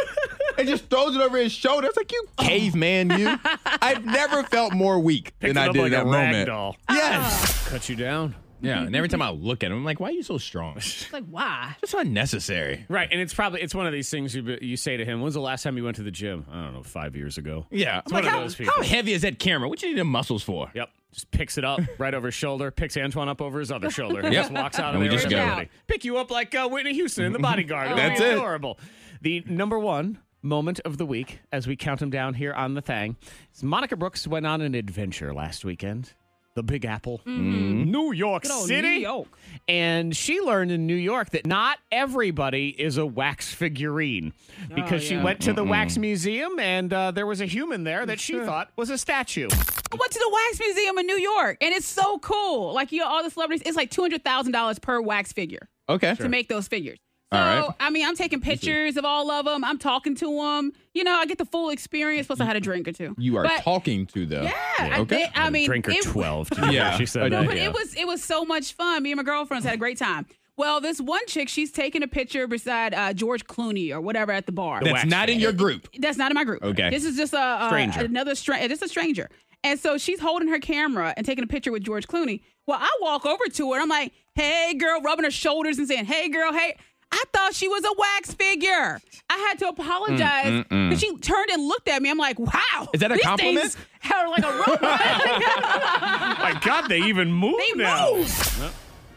And just throws it over his shoulder. It's like you Oh." caveman, [LAUGHS] you. I've never felt more weak Picked than I it up did like in that a rag moment. doll. [LAUGHS] Yes. Cut you down. Yeah. And every time I look at him, I'm like, why are you so strong? It's like why? [LAUGHS] It's unnecessary. Right, and it's probably it's one of these things you you say to him. When's the last time you went to the gym? I don't know, five years ago. Yeah. It's one of those people. How heavy is that camera? What you need the muscles for? Yep. Just picks it up right over his shoulder, picks Antoine up over his other shoulder, and Yep. just walks out of And we there. just with go. everybody. Pick you up like uh, Whitney Houston in The [LAUGHS] Bodyguard. That's It'd be it. Adorable. The number one moment of the week, as we count them down here on the thing, is Monica Brooks went on an adventure last weekend. The Big Apple, Mm-hmm. Mm-hmm. New York Good old City. New York. And she learned in New York that not everybody is a wax figurine because Oh, she yeah. went to the wax museum and uh, there was a human there that she thought was a statue. I went to the wax museum in New York, and it's so cool. Like you, know, all the celebrities. It's like two hundred thousand dollars per wax figure Okay. to make those figures. So All right. I mean, I'm taking pictures of all of them. I'm talking to them. You know, I get the full experience. Plus, I had a drink or two. You are But- talking to them. Yeah. Okay. I, thi- I mean, Drinker it- 12. [LAUGHS] Yeah. She said I that. did. But it was it was so much fun. Me and my girlfriends had a great time. Well, this one chick, she's taking a picture beside uh, George Clooney or whatever at the bar. That's not in your group. That's not in my group. Okay. This is just a, a Stranger. another stranger. Just a stranger. And so she's holding her camera and taking a picture with George Clooney. Well, I walk over to her and I'm like, "Hey, girl," rubbing her shoulders and saying, "Hey, girl, hey." I thought she was a wax figure. I had to apologize because she turned and looked at me. I'm like, "Wow, Mm, Is that a these compliment? things Are like a [LAUGHS] robot. Oh My God, they even move they now.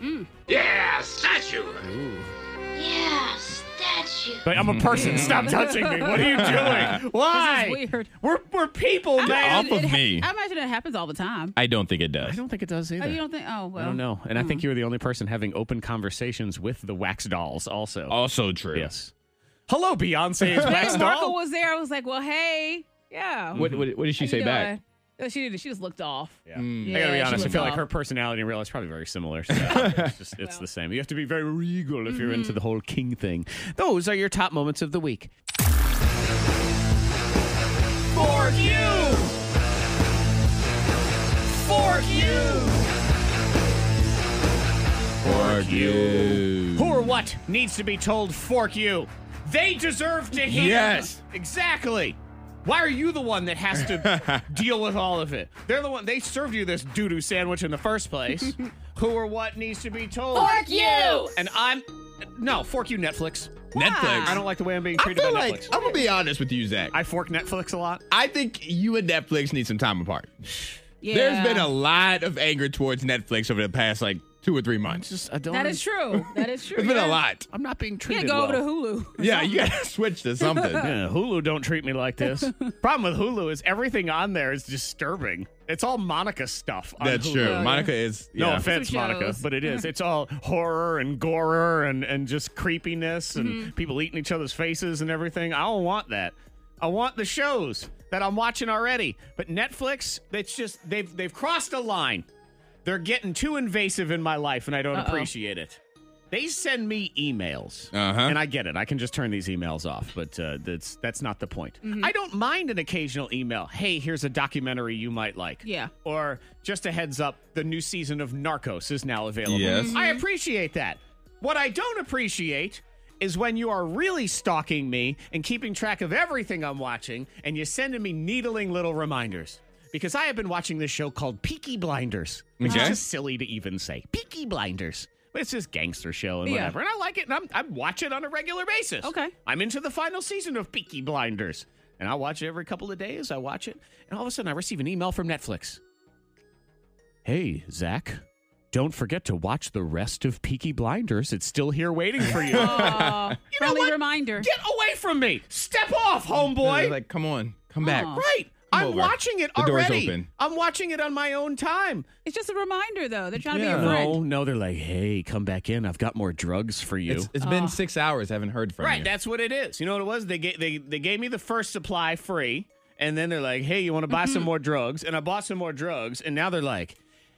move. Yeah, statue. Like, I'm a person. Stop touching me. What are you doing? Why? This is weird. We're we're people, man. off of me. I imagine it happens all the time. I don't think it does. I don't think it does either. Oh, you don't think? Oh, well. I don't know. And I think you were the only person having open conversations with the wax dolls also. Oh. Also true. yes. Hello, Beyonce is wax Meghan Markle doll. was there. I was like, well, hey, yeah. What, what, what did she How say you back? Mm. doing? Oh, She did. She just looked off. Yeah. I gotta be she honest. I looked feel like off. her personality in real life is probably very similar. So it's [LAUGHS] just, it's the same. You have to be very regal if you're Mm-hmm. into the whole king thing. Those are your top moments of the week. Fork you! Fork you! Fork Who you. or what needs to be told? Fork you. They deserve to hear. Yes. exactly. Why are you the one that has [LAUGHS] to deal with all of it? They're the one. They served you this doo doo sandwich in the first [LAUGHS] place. Who or what needs to be told? Fork you! And I'm no fork you Netflix. Netflix. I don't like the way I'm being I treated feel by like, Netflix. I'm going to be honest with you, Zach. I fork Netflix a lot. I think you and Netflix need some time apart. Yeah. There's been a lot of anger towards Netflix over the past like two or three months. Just, I don't. That is true. That is true. It's been a Yeah. lot. I'm not being treated Yeah, go well. over to Hulu. Yeah, [LAUGHS] you gotta switch to [LAUGHS] something. Yeah, Hulu don't treat me like this. Problem with Hulu is everything on there is disturbing. It's all Monica stuff. On That's Hulu. true. Monica is No yeah. offense, Some Monica, shows. but it is. It's all horror and gore and, and just creepiness and people eating each other's faces and everything. I don't want that. I want the shows that I'm watching already. But Netflix, it's just they've they've crossed a line. They're getting too invasive in my life and I don't appreciate it. They send me emails. Uh-huh. And I get it. I can just turn these emails off, but uh, that's that's not the point. I don't mind an occasional email. Hey, here's a documentary you might like Yeah. or just a heads up, the new season of Narcos is now available. Yes. Mhm. I appreciate that. What I don't appreciate is when you are really stalking me and keeping track of everything I'm watching and you're sending me needling little reminders. Because I have been watching this show called Peaky Blinders, which Okay. is just silly to even say. Peaky Blinders. But it's this gangster show and Yeah. whatever. And I like it and I'm, I watch it on a regular basis. Okay. I'm into the final season of Peaky Blinders. And I watch it every couple of days. I watch it. And all of a sudden, I receive an email from Netflix. Hey, Zach, don't forget to watch the rest of Peaky Blinders. It's still here waiting for [LAUGHS] you. Uh, friendly what? reminder. Get away from me. Step off, homeboy. Like, come on, come back. Aw. right. Come I'm over. watching it The door's already. open. I'm watching it on my own time. It's just a reminder, though. They're trying to Yeah. be a friend. No, no, they're like, hey, come back in. I've got more drugs for you. It's, it's been six hours. I haven't heard from Right, you. that's what it is. You know what it was? They gave, they they gave me the first supply free, and then they're like, "Hey, you want to buy Mm-hmm. some more drugs?" And I bought some more drugs, and now they're like,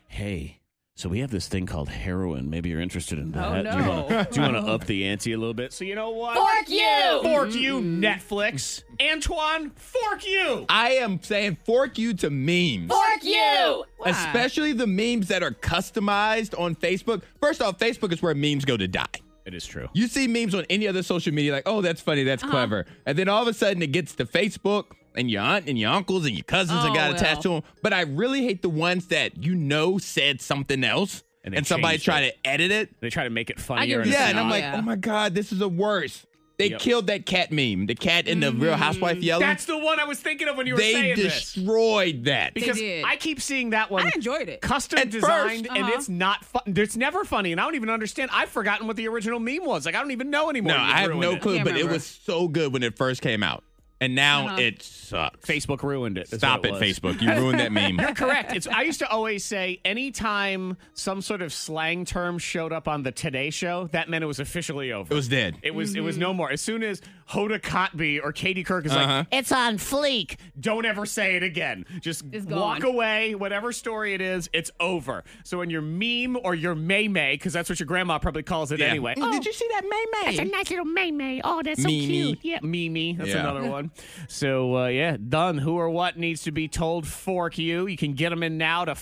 hey, so we have this thing called heroin. Maybe you're interested in that. Oh, Do you wanna- no. Do you want [LAUGHS] to up the ante a little bit? "So you know what? Fork you! fork you, Netflix, Antoine, fork you." I am saying fork you to memes. Fork you! Especially the memes that are customized on Facebook. First off, Facebook is where memes go to die. It is true. You see memes on any other social media, like, oh, that's funny, Uh-huh. that's clever. And then all of a sudden it gets to Facebook and your aunt and your uncles and your cousins that Oh, got well. attached to them. But I really hate the ones that you know said something else And and, they somebody changed tried it. to edit it. They try to make it funnier. get and it. it's Yeah, and I'm not. like, Yeah. oh my God, this is the worst. They Yep. killed that cat meme, the cat in the real housewife yelling. Mm-hmm. "That's the one I was thinking of when you were they saying this." destroyed that. Because did. I keep seeing that one. I enjoyed it. Custom At designed, first. and Uh-huh. it's not fun. It's never funny, and I don't even understand. I've forgotten what the original meme was. Like I don't even know anymore. No, You've I have ruined no it. clue, Can't but it remember. was so good when it first came out. And now it sucks. Facebook ruined it. is Stop what it, was. Facebook. You ruined that [LAUGHS] meme. Correct. It's I used to always say anytime some sort of slang term showed up on the Today Show, that meant it was officially over. It was dead. It was it was Mm-hmm. no more. As soon as Hoda Kotb or Katie Kirk is Uh-huh. like, It's on fleek. don't ever say it again. Just It's walk gone. away. Whatever story it is, it's over. So when your meme or your may may, because that's what your grandma probably calls it Yeah. anyway. Oh, did you see that May May? nice little May May. Oh, that's Mimi. Yeah, Mimi. That's Yeah. another one. So, uh, yeah, done. Who or what needs to be told? Fork you. You can get them in now to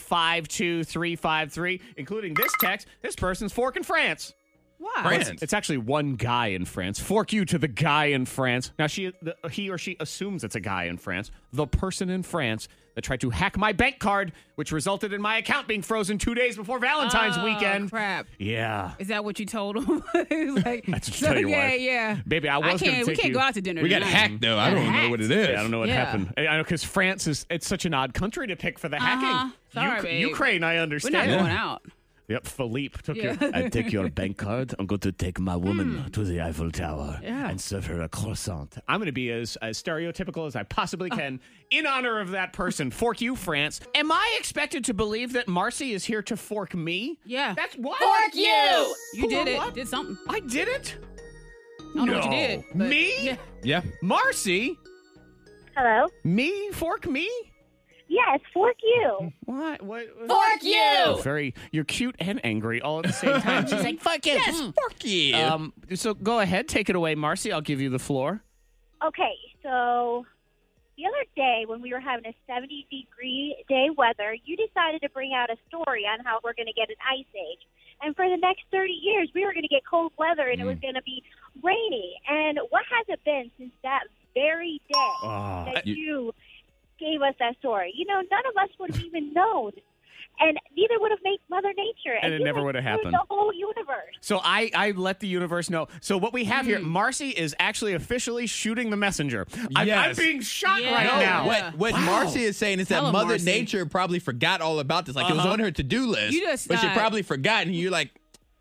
52353, including this text. This person's forking France. Wow. France. It's actually one guy in France. Fork you to the guy in France. Now, she, the, he or she assumes it's a guy in France. The person in France that tried to hack my bank card, which resulted in my account being frozen two days before Valentine's Oh, weekend. crap. Yeah. Is that what you told [LAUGHS] him? He's like, That's what you tell your yeah, wife. yeah. Baby, I was can't, gonna We take can't you- go out to dinner. We got tonight. hacked, though. I don't know what it is. Yeah, I don't know what Yeah. happened. I I know because France is it's such an odd country to pick for the hacking. Uh-huh. Sorry, Uk- babe. Ukraine, I We're not understand. going out. Yep, Philippe took Yeah. your. I take your bank card. I'm going to take my Hmm. woman to the Eiffel Tower and serve her a croissant. I'm going to be as, as stereotypical as I Ah. possibly can in honor of that person. [LAUGHS] Fork you, France. Am I expected to believe that Marcy is here to fork me? Yeah. That's what? Fork you! You did it. what? Did something. I did it? I don't know what you did. but- me? Yeah. Yeah. Marcy? Hello? Me? Fork me? Yes, fork you. What? What? what? Fork you! Very, you're cute and angry all at the same [LAUGHS] time. She's like, Fuck it. Mm. Fuck you. Um, so go ahead, take it away, Marcy. I'll give you the floor. Okay, so the other day when we were having a 70 degree day weather, you decided to bring out a story on how we're going to get an ice age. And for the next 30 years, we were going to get cold weather and it was Mm. going to be rainy. And what has it been since that very day Ah, that you, gave us that story? You know, none of us would have even known. and neither would have made Mother Nature. And it you never would would have screw happened. The whole universe. So I, I let the universe know. So what we have Mm. here, Marcy is actually officially shooting the messenger. I'm, I'm Yes. being shot Yeah. right No, now. what what Wow. Marcy is saying is Tell that him, Mother Marcy. Nature probably forgot all about this. Like it was Uh-huh. on her to do list, You just, but she uh, probably forgot, and you're like,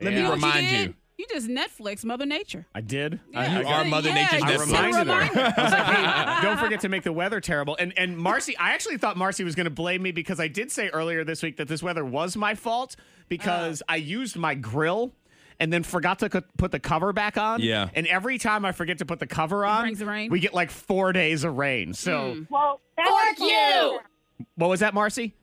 let Yeah. me know what remind you. you. did? You just Netflix Mother Nature. I did. You I, I are Mother Nature's you I Netflix. just sent a reminded [LAUGHS] reminder. her. I was like, [LAUGHS] hey, don't forget to make the weather terrible. And and Marcy, I actually thought Marcy was going to blame me because I did say earlier this week that this weather was my fault because Oh. I used my grill and then forgot to co- put the cover back on. Yeah. And every time I forget to put the cover on, brings the rain. Hmm. we get like four days of rain. So Well, that's your fault you! too. what was that, Marcy?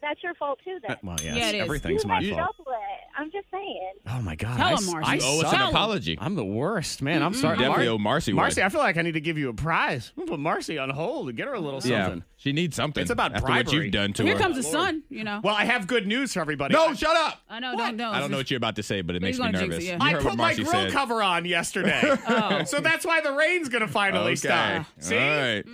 That's your fault too. Then well, Yeah, it is. everything's you my guys fault. double it. I'm just saying. Oh my god! Tell I, him, s- Marcy. I You owe us suck. an apology. I'm the worst, man. I'm sorry. Definitely Mar- owe Marcy one. Marcy, I feel like I need to give you a prize. We'll put Marcy on hold and get her a little Yeah, something. she needs something. It's about after what bribery. you've done to Here her. comes the sun. You know. Well, I have good news for everybody. no, I- shut up. I know. Don't don't. I don't know what you're about to say, but it He's makes me gonna jinx nervous. it, yeah. You I heard put what my Marcy grill said. Oh. cover on [LAUGHS] yesterday, [LAUGHS] so that's why the rain's gonna finally Okay. stop. See, All right.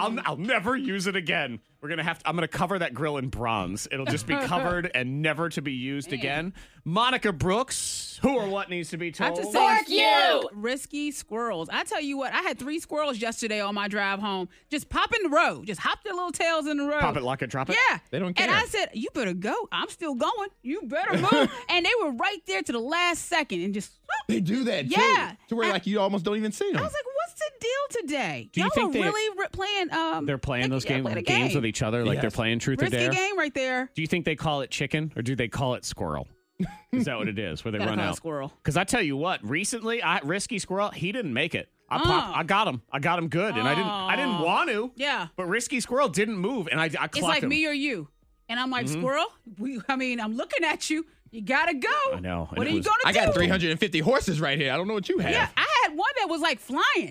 I'll, I'll never use it again. We're gonna have to. I'm gonna cover that grill in bronze. It'll just [LAUGHS] be covered and never to be used again. Monica Brooks, who or what needs to be I told? have to say, Fork you! risky squirrels. I tell you what, I had three squirrels yesterday on my drive home. Just popping the road, just hop their little tails in the road. Pop it, lock it, drop it. Yeah. They don't And care. I said, You better go. I'm still going. You better move. and they were right there to the last second and just swoop. They do that Yeah. too, to where like you almost don't even see them. I was like, What's the deal today? Do you Y'all think are they- really re- playing um They're playing like, those [LAUGHS] yeah, game, playing a games game. with each other, like they're playing Truth Risky or Dare. game right there. Do you think they call it chicken or do they call it squirrel? [LAUGHS] Is that what it is? Where they Gotta run call it out? squirrel. Because I tell you what, recently, I risky squirrel, he didn't make it. I pop, I got him. I got him good, and I didn't. I didn't Oh. want to. Yeah. But risky squirrel didn't move, and I, I clocked It's like him. me or you. And I'm like, Mm-hmm. Squirrel, we, I mean, I'm looking at you. You gotta go. I know. And What it are you was- gonna I do? got 350 horses right here. I don't know what you have. Yeah, I had one that was like flying. He came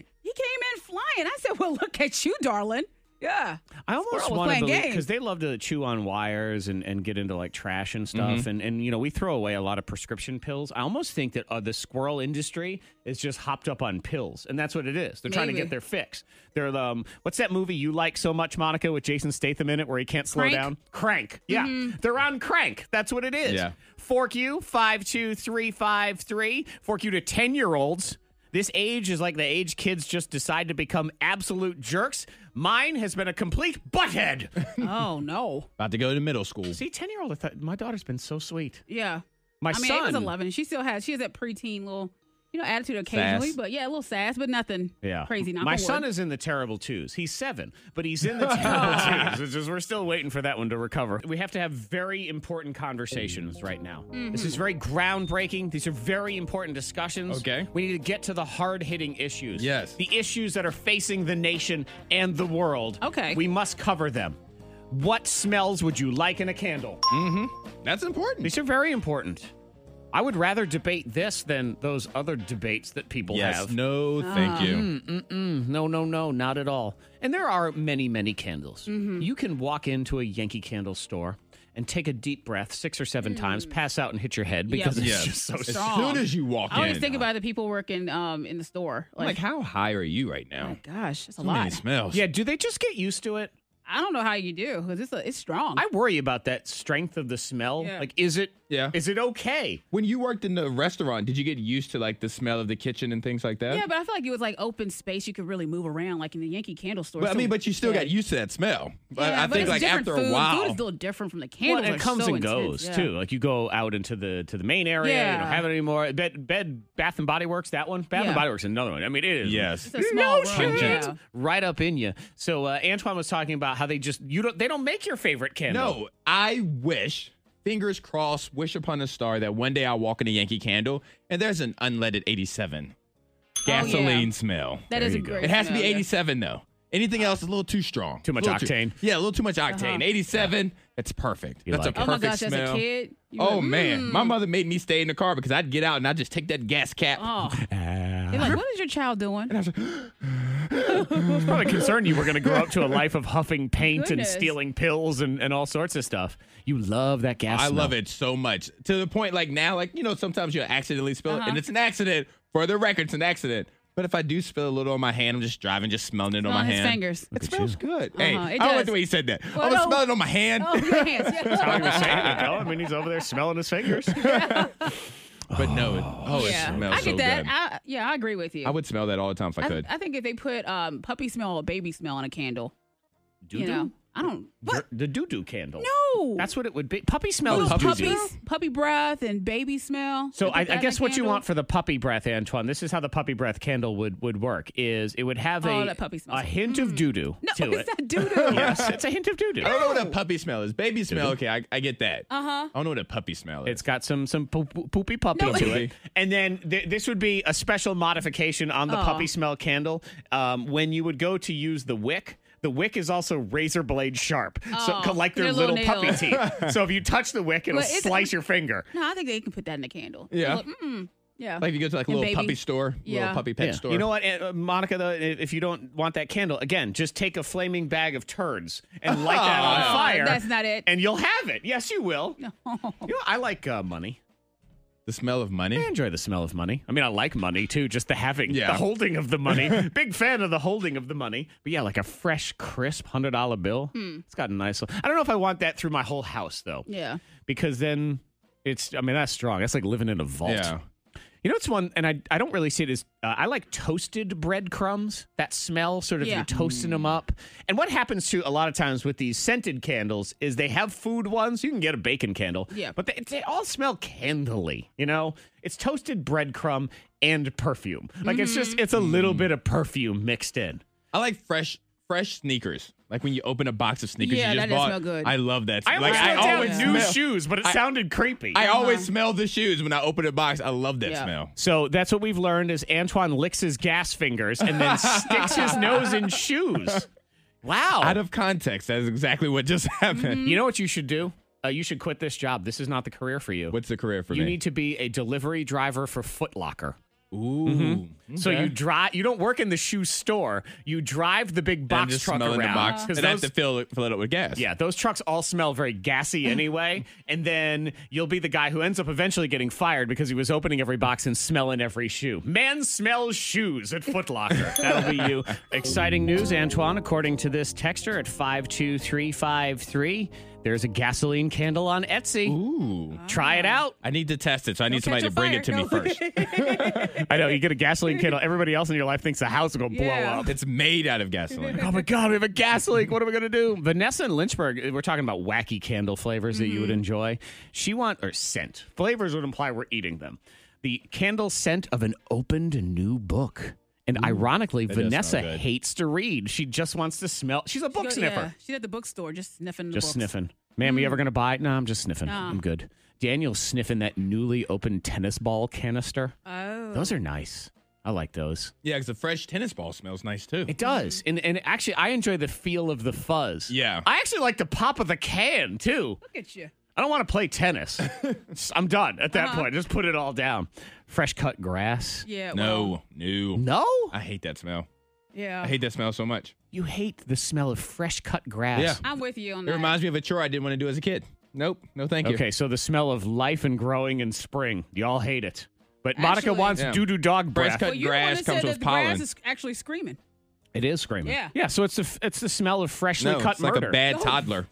in flying. I said, "Well, look at you, darling." Yeah. I almost Squirrel was want to playing believe games. because they love to chew on wires and, and get into like trash and stuff, Mm-hmm. and and you know we throw away a lot of prescription pills. I almost think that uh, the squirrel industry is just hopped up on pills, and that's what it is. They're trying to Maybe. get their fix. They're um, what's that movie you like so much, Monica, with Jason Statham in it, where he can't slow Crank? down? Crank. Yeah, Mm-hmm. they're on crank. That's what it is. Yeah. Fork you five two three five three. Fork you to ten year olds. This age is like the age kids just decide to become absolute jerks. Mine has been a complete [LAUGHS] butthead. oh no. About to go to middle school. See, ten year old, I thought my daughter's been so sweet. Yeah. My I mean, son it was 11. She still has. She has that preteen little, you know, attitude occasionally, Sass. but yeah, a little sass, but nothing. Crazy. Not My son is in the terrible twos. He's seven, but he's [LAUGHS] in the terrible twos. It's just we're still waiting for that one to recover. We have to have very important conversations right now. Mm-hmm. This is very groundbreaking. These are very important discussions. Okay. We need to get to the hard hitting issues. Yes. The issues that are facing the nation and the world. Okay. We must cover them. What smells would you like in a candle? Mm. That's important. These are very important. I would rather debate this than those other debates that people have. No, thank Mm. you. No, no, no, not at all. And there are many, many candles. Mm-hmm. You can walk into a Yankee candle store and take a deep breath six or seven Mm. times, pass out, and hit your head because it's Yes. just so as strong. soon as you walk I always in, think about the people working um in the store. I'm Like, like, how high are you right now? my gosh, that's a So many lot. smells. Yeah, do they just get used to it? I don't know how you do because it's a, it's strong. I worry about that strength of the smell. Yeah. Like, is it? Yeah. Is it okay? When you worked in the restaurant, did you get used to like the smell of the kitchen and things like that? yeah, but I feel like it was like open space. You could really move around, like in the Yankee candle store. But, I So- mean, but you still yeah. got used to that smell. But Yeah, I but think it's like different after food. a while, food is a little different from the Well, candles. it are comes so and goes intense. Yeah. too. Like you go out into the to the main area, you don't Yeah. have it anymore. Bed, bed, Bath and Body Works, that one. Bath and Yeah. Body Works, is another one. I mean, it is Yes. It's a small room. Pungent. Yeah. right up in you. So uh, Antoine was talking about how they just you don't they don't make your favorite candle. No, I wish, fingers crossed, wish upon a star that one day I'll walk in a Yankee candle and there's an unleaded 87 gasoline smell. Oh, That There is a you go. great. It has to be smell, yeah. 87 though. Anything else is a little too strong. Too much A little octane. yeah, a little too much octane. 87, that's perfect. You that's like it. a Uh-huh. Oh perfect my gosh, smell. as a kid. you Oh were- mm. man, my mother made me stay in the car because I'd get out and I'd just take that gas cap. Oh. They're [LAUGHS] like, what is your child doing? I was probably concerned you were going to grow up to a life of huffing paint Goodness. and stealing pills and, and all sorts of stuff. You love that gas. I smell. [LAUGHS] love it so much Uh-huh. to the point like now, like you know, sometimes you will accidentally spill it, and it's an accident. For the record, it's an accident. But if I do spill a little on my hand, I'm just driving, just smelling it on on my his hand. [LAUGHS] fingers. It smells good. Hey, Uh-huh, it I don't like does. the way you said that. Well, I'm gonna no. smell it on my hand. Oh, [LAUGHS] your hands. Yeah. How he was saying it, though. I mean, he's over there smelling his fingers. But no, it, oh, Yeah. it smells I get so that. good. I, yeah, I agree with you. I would smell that all the time if I I, could. I think if they put um, puppy smell or baby smell on a candle, you know, I don't. What? The doo doo candle. No. That's what it would be. Puppy You smell know, is doo doo. puppies, puppy breath and baby smell. So Put I, that I in guess a what you candle. want for the puppy breath, Antoine. This is how the puppy breath candle would would work. Is it would have Oh, a that puppy smells Mm. a hint of doo doo no, Oh, to it. it's not doo [LAUGHS] doo. yes, it's a hint of doo [LAUGHS] doo. I don't know what a puppy smell is. Baby smell, okay, I, I get that. Uh huh. I don't know what a puppy smell is. It's got some some poop, poop- poopy puppy No, to it- it, and then th- this would be a special modification on the Aw. puppy smell candle. Um, when you would go to use the wick, the wick is also razor blade sharp, so Aw, co- like their their little, little puppy nails. [LAUGHS] teeth. so if you touch the wick, it'll Well, it's- slice your finger. No, I think they can put that in a candle. Yeah. Look, mm, yeah. like if you go to like a And little baby. puppy store, little Yeah. puppy pet store. You know what, Aunt- uh, Monica? Though, i- if you don't want that candle, again, just take a flaming bag of turds and light that on Oh, fire. that's not it. And you'll have it. Yes, you [LAUGHS] will. You know, I like uh, money. The smell of money. I enjoy the smell of money. I mean, I like money too, just the having, Yeah. the holding of the [LAUGHS] money. Big fan of the holding of the money. But yeah, like a fresh, crisp hundred dollar bill. It's got a nice. I don't know if I want that through my whole house though, yeah. because then it's. I mean, that's strong. That's like living in a vault. Yeah. You know, it's one, and I I don't really see it as. Uh, I like toasted breadcrumbs. That smell, sort of Yeah. you toasting them Mm. up. And what happens to a lot of times with these scented candles is they have food ones. You can get a bacon candle. Yeah. But they, they all smell candly. You know, it's toasted breadcrumb and perfume. Like it's Mm-hmm. just it's a little Mm. bit of perfume mixed in. I like fresh fresh sneakers. Like when you open a box of sneakers Yeah, you that just does bought. smell good. I love that. I like almost wrote I down always new smell, shoes, but it sounded creepy. I always smell the shoes when I open a box. I love that Uh-huh. Yeah. smell. So that's what we've learned is Antoine licks his gas fingers and then sticks his nose in [LAUGHS] shoes. Wow. Out of context, that's exactly what just [LAUGHS] happened. You know what you should do? Uh, you should quit this job. This is not the career for Mm-hmm. you. What's the career for you me? need to be a delivery driver for Foot Locker. Ooh. Mm-hmm. So you drive. You don't work in the shoe store. You drive the big box I'm just truck smelling around. the box. 'Cause And I have those- to fill it, fill it up with gas. yeah, those trucks all smell very [LAUGHS] gassy anyway. and then you'll be the guy who ends up eventually getting fired because he was opening every box and smelling every shoe. Man smells shoes at Foot [LAUGHS] Locker. That'll be you. Exciting news, Antoine. According to this texter at 52353, there's a gasoline candle on Etsy. Ooh. Try it out. I need to test it, so I need Don't somebody catch to a bring it to fire. me No. first. I know you get a gasoline candle. Everybody else in your life thinks the house is gonna Yeah. blow up. it's made out of gasoline. [LAUGHS] Oh my God, we have a [LAUGHS] gas leak. What are we gonna do? Vanessa in Lynchburg. eh, We're talking about wacky candle flavors that you would enjoy. She want or scent flavors would imply we're eating them. The candle scent of an opened new book. And ironically, does sound Vanessa good. hates to read. She just wants to smell. She's a book Go- sniffer. yeah. She's at the bookstore just sniffing the Just books. sniffing. Ma'am, you ever gonna buy it? No, I'm just sniffing. I'm good. Daniel's sniffing that newly opened tennis ball canister. Oh. Those are nice. I like those. Yeah, because the fresh tennis ball smells nice too. It does. And and actually I enjoy the feel of the fuzz. Yeah. I actually like the pop of the can too. Look at you. I don't want to play [LAUGHS] tennis. I'm done at that point. Just put it all down. Fresh cut grass. Yeah. well, No, no. No? I hate that smell. yeah. I hate that smell so much. You hate the smell of fresh cut grass. Yeah. I'm with you on It that. reminds me of a chore I didn't want to do as a kid. Nope. No, thank you. Okay, so the smell of life and growing in spring. Y'all hate it. But Monica Actually- wants Yeah. doo doo dog Fresh breath. cut well, you're the grass one that comes said with that the grass pollen. is actually screaming. It is screaming. Yeah. Yeah, so it's the f- it's the smell of freshly no, cut it's murder. like a bad toddler.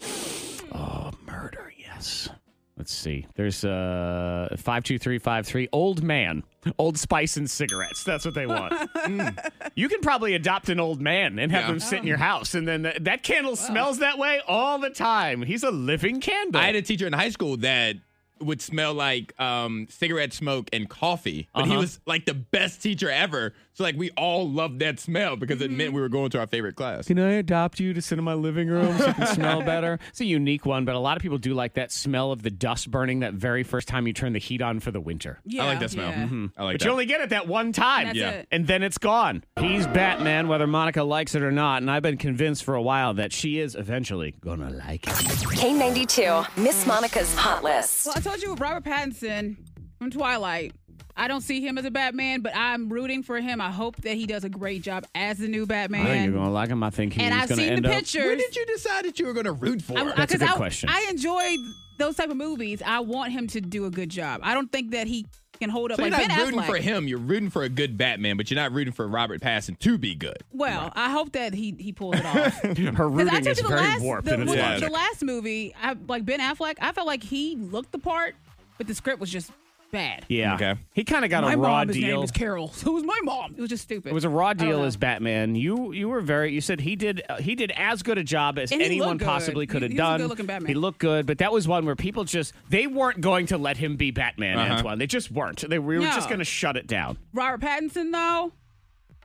Murder, yes. Let's see. There's uh five two three five three. Old man, old spice and cigarettes. That's what they [LAUGHS] want. Mm. You can probably adopt an old man and have Yeah. him sit in your house, and then th- that candle smells that way all the time. He's a living candle. I had a teacher in high school that would smell like um, cigarette smoke and coffee, but he Uh-huh. was like the best teacher ever. So like we all loved that smell because it Mm-hmm. meant we were going to our favorite class. can I adopt you to sit in my living room so you can [LAUGHS] smell better? It's a unique one, but a lot of people do like that smell of the dust burning that very first time you turn the heat on for the winter. Yeah. I like that smell. Mm-hmm. yeah. I like but that. you only get it that one time. That's Yeah. it. And then it's gone. He's Batman, whether Monica likes it or not. And I've been convinced for a while that she is eventually going to like it. K92, Miss Monica's Hot List. Well, I told you with Robert Pattinson from Twilight. I don't see him as a Batman, but I'm rooting for him. I hope that he does a great job as the new Batman. I think you're going to like him. I think he's and going I've to end seen the up- pictures. When did you decide that you were going to root for? I- it? I- 'cause good I, question. I enjoy those type of movies. I want him to do a good job. I don't think that he can hold up So like you're Ben not rooting Affleck. for him. You're rooting for a good Batman, but you're not rooting for Robert Pattinson to be good. Well, I hope that he he pulls [LAUGHS] it off. Her Because I rooting took is you the very last warped the, in its when- Yeah. logic. the last movie, I like Ben Affleck. I felt like he looked the part, but the script was just bad. Yeah. Okay. He kind of got my a mom, raw his name deal. was Carol. [LAUGHS] So was my mom. It was just stupid. It was a raw deal know. as Batman. You you were very. You said he did uh, he did as good a job as And he anyone looked good. possibly could He- have he was a done. good-looking Batman. He looked good, but that was one where people just they weren't going to let him be Batman, Uh-huh. Antoine. They just weren't. They we were No. just going to shut it down. Robert Pattinson though.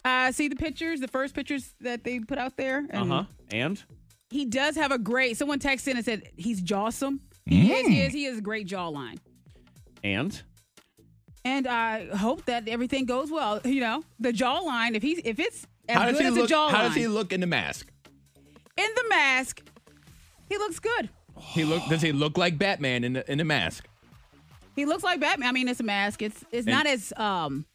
I see the pictures, the first pictures that they put out there. Uh and huh. And He does have a great. Someone texted in and said he's jawsome. He is. He Mm. is. He has a great jawline. and And I hope that everything goes well. You know, the jawline. If he's if it's as How good does he as look? a jawline How does he look in the mask? in the mask, he looks good. He look. Does he look like Batman in the in the mask? He looks like Batman. I mean, it's a mask. It's it's not as um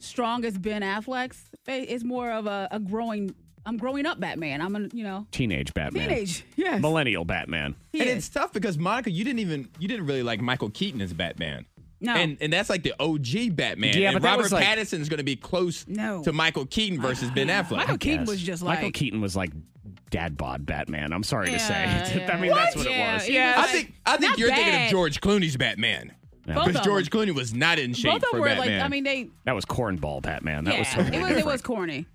strong as Ben Affleck's. It- It's more of a, a growing. I'm growing up Batman. I'm a you know teenage Batman, teenage. [LAUGHS] Yes, millennial Batman. he and is. it's tough because Monica, you didn't even you didn't really like Michael Keaton as Batman. No. And and that's like the OG Batman. Yeah, and but that Robert was like- Pattinson is going to be close No. Uh, to Michael Keaton versus Ben Affleck. Michael Keaton Yes. was just like Michael Keaton was like dad bod Batman. I'm sorry to say. [LAUGHS] Yeah, I mean yeah. that's what Yeah, it was. he I was think I think Not you're thinking of bad. George Clooney's Batman. Both Because of George them. Clooney was not in shape Both of for them were Batman. like. I mean, they. That was cornball Batman. That yeah, was totally it was. It different. [LAUGHS] was corny.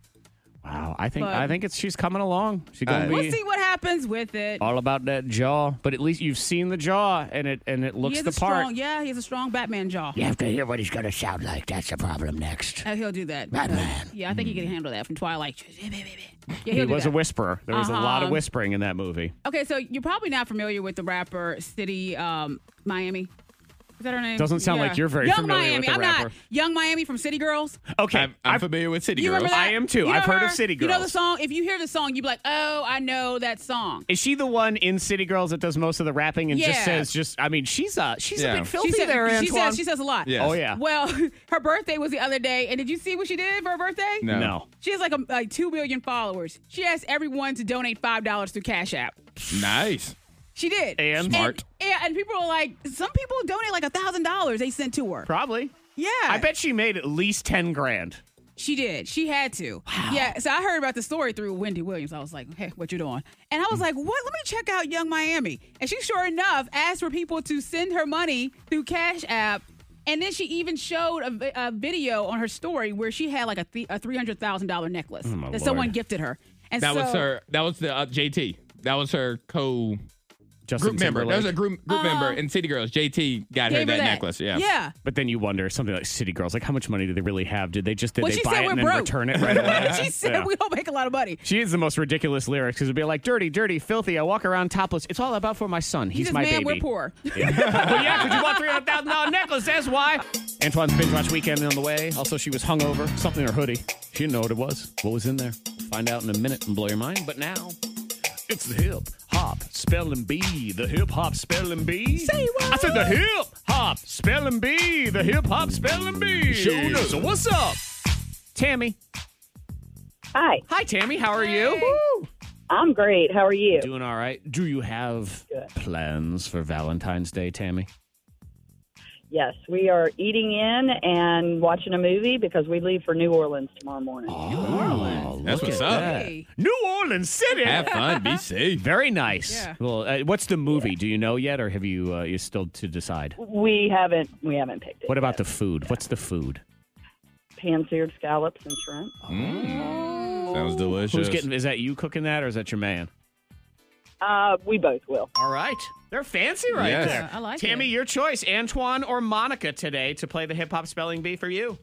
Wow, I think But- I think it's she's coming along. She's gonna Uh, be We'll see what happens with it. all about that jaw. But at least you've seen the jaw, and it and it He looks has the a part. strong. Yeah, he has a strong Batman jaw. You have to hear what he's going to sound like. That's the problem next. Uh, he'll do that. Batman. Yeah, I think he can handle that from Twilight. Yeah, he'll He do was that. a whisperer. There was a lot of Uh-huh. whispering in that movie. Okay, so you're probably not familiar with the rapper City um, Miami. Is that her name? Doesn't sound like you're very Young familiar with Miami. the I'm rapper. Not, Young Miami from City Girls. Okay, I'm, I'm familiar with City You Girls. remember that? I am too. You I've heard her? of City You know the Girls. song. If you hear the song, you'd be like, "Oh, I know that song." is she the one in City Girls that does most of the rapping and just Yeah. says just? I mean, she's a she's Yeah. a She bit filthy she says, there, she Antoine. says she says a lot. Yes. oh yeah, Well, [LAUGHS] her birthday was the other day, and did you see what she did for her birthday? No. no. She has like a, like two million followers. She asked everyone to donate five dollars through Cash App. Nice. She did. And? Smart. And, yeah, and people are like, some people donate like a thousand dollars they sent to her. Probably. Yeah, I bet she made at least ten grand. She did. She had to. Yeah. So I heard about the story through Wendy Williams. I was like, hey, what you doing? And I was Hmm. like, what? Let me check out Young Miami. And she sure enough asked for people to send her money through Cash App. And then she even showed a, vi- a video on her story where she had like a, th- a $300,000 necklace that Lord. someone gifted her. And Oh, That so, was her. That was the uh, JT. That was her co Justin group member. Timberlake. That was a group group member in City Girls. JT got her Um, Gave that, her that. necklace. Yeah. Yeah. But then you wonder something like City Girls, like how much money do they really have? Did they just did Well, they she buy said it and we're then broke. return it right away? [LAUGHS] [LAUGHS] [LAUGHS] she said Yeah. we don't make a lot of money. She is the most ridiculous lyrics because it'd be like dirty, dirty, filthy. I walk around topless. It's all about for my son. He's She says, my man, baby. we're poor. well, yeah, because you bought three hundred thousand dollar necklace. That's why. Antoine's binge watch weekend on the way. Also, she was hungover, something in her hoodie. She didn't know what it was. What was in there? Find out in a minute and blow your mind. But now, it's the hip hop spelling bee. The hip hop spelling bee. Say what? I said the hip hop spelling bee. The hip hop spelling bee. Sure do. So what's up, Tammy? Hi, Hi, Tammy. How are you? Woo. I'm great. How are you? Doing all right. Do you have plans for Valentine's Day, Tammy? Yes, we are eating in and watching a movie because we leave for New Orleans tomorrow morning. Oh, That's look what's at up. Hey. New Orleans City. Have fun. Be safe. Very nice. Yeah. Well, uh, what's the movie? Do you know yet, or have you uh, you still to decide? We haven't we haven't picked it. What about the food? What's the food? pan seared scallops and shrimp? Oh. Sounds delicious. Who's getting? Is that you cooking that, or is that your man? Uh, we both will. All right, they're fancy right Yes. there. I like Tammy, it. your choice: Antoine or Monica today to play the hip hop spelling bee for you.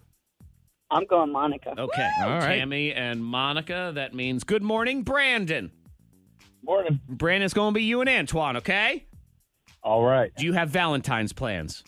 I'm going Monica. Okay, All right. Tammy and Monica. That means good morning, Brandon. Morning. Brandon's going to be you and Antoine. Okay. All right. Do you have Valentine's plans?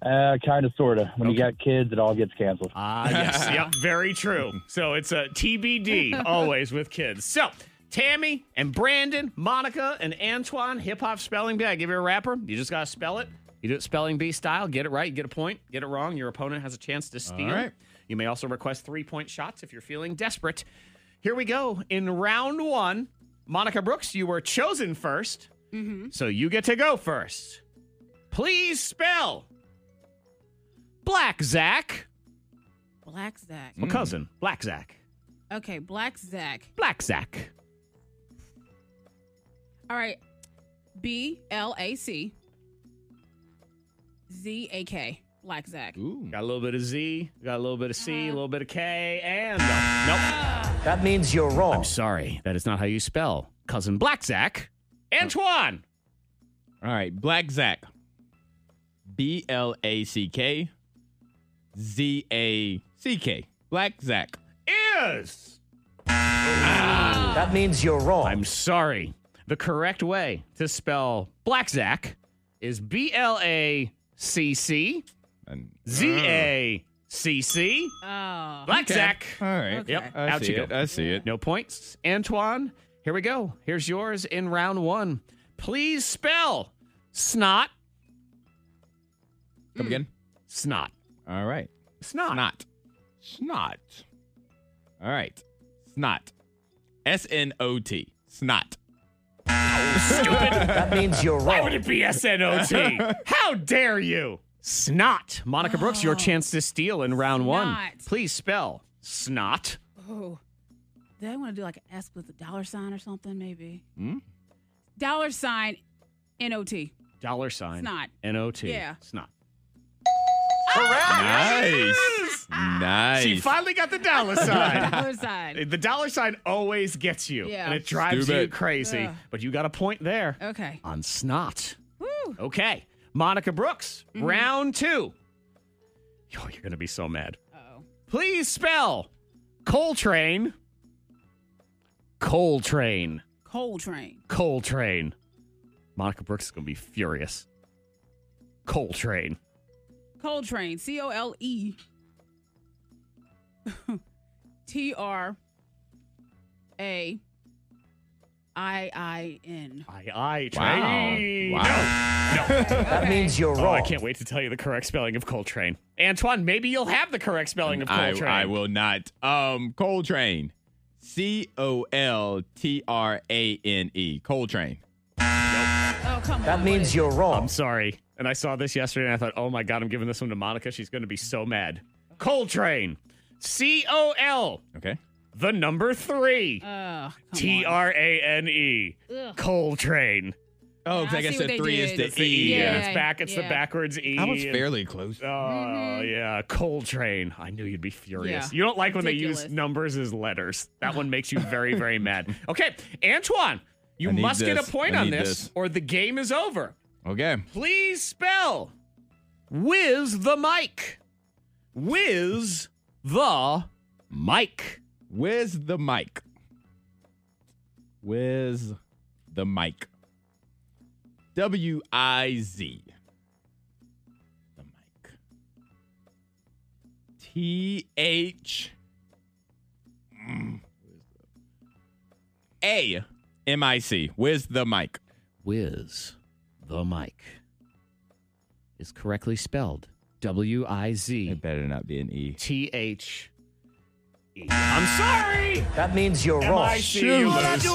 Uh, kind of, sort of. When you got kids, it all gets canceled. Ah, yes. yep. Very true. So it's a TBD always with kids. So Tammy and Brandon, Monica and Antoine, hip hop spelling bee. I give you a rapper. You just got to spell it. You do it spelling bee style. Get it right. You get a point. Get it wrong. Your opponent has a chance to steal. right. You may also request three point shots if you're feeling desperate. Here we go. In round one, Monica Brooks, you were chosen 1st So you get to go first. Please spell Black Zach. Black Zach. My cousin, Black Zach. Okay, Black Zach. Black Zach. All right. B L A C Z A K. Black Zach. Ooh. Got a little bit of Z, got a little bit of C, a little bit of K, and uh, Oh. nope. That means you're wrong. I'm sorry. That is not how you spell cousin Black Zach. Antoine. All right, Black Zach. B L A C K Z A C K. Black Zach. Is. That means you're wrong. I'm sorry. The correct way to spell Black Zach is B L A C C And- Z A C C. Oh. Black Okay. Zach. All right. Okay. Yep. I out see you it. go. I see it. No points. Antoine, here we go. Here's yours in round one. Please spell snot, Come again. snot, All right. snot. [LAUGHS] Snot. Snot. All right. Snot. S N O T. Snot. that means you're Why wrong. would it be S N O [LAUGHS] T? How dare you? Snot. Monica Brooks, your chance to steal in round one. Oh. Snot. Please spell snot. Oh. Did I want to do like an S with a dollar sign or something, maybe? Hmm? Dollar sign N O T. Dollar sign. Snot. N O T. Yeah. Snot. Nice. nice. She finally got the dollar sign. [LAUGHS] [LAUGHS] Dollar sign. the dollar sign always gets you, Yeah. and it drives Stupid. you crazy. Ugh. But you got a point there Okay. on snot. Woo. Okay. Monica Brooks, round two. Oh, you're going to be so mad. Oh. Please spell Coltrane. Coltrane. Coal train. Coltrane. Monica Brooks is going to be furious. Coltrane. Coal train. C O L E [LAUGHS] T R A I I N. I, I, Wow. train. Wow. [LAUGHS] That means you're No. Oh, wrong. I can't wait to tell you the correct spelling of Coltrane. Antoine, maybe you'll have the correct Mm, spelling of I, Coltrane. I will not. Um, Coltrane. C O L T R A N E. Coltrane. Oh, come on. That what means is- you're I'm wrong. sorry. And I saw this yesterday and I thought, oh my God, I'm giving this one to Monica. She's going to be so mad. Coltrane. C O L. Okay. The number three. Oh, T R A N E. Coltrane. Oh, Yeah, because I I guess see what the they three did. is the It's The E. E. and Yeah. It's back. It's the yeah. Mm-hmm. backwards E. I was and- fairly close. Oh, yeah. Coltrane. I knew you'd be furious. Yeah. You don't like when they use Ridiculous. numbers as letters. That [LAUGHS] one makes you very, very mad. Okay, Antoine, you I need must get a this. point I on need this, this. or the game is over. Okay. Please spell whiz the mic. Whiz the mic. Where's the mic? Where's the mic? W I Z. The mic. T H Mm. A M I C. Where's the mic? Whiz the mic is correctly spelled W I Z. better not be an E. T H E. I'm sorry. That means you're Oh, wrong. M-I-C, you lose. Yep.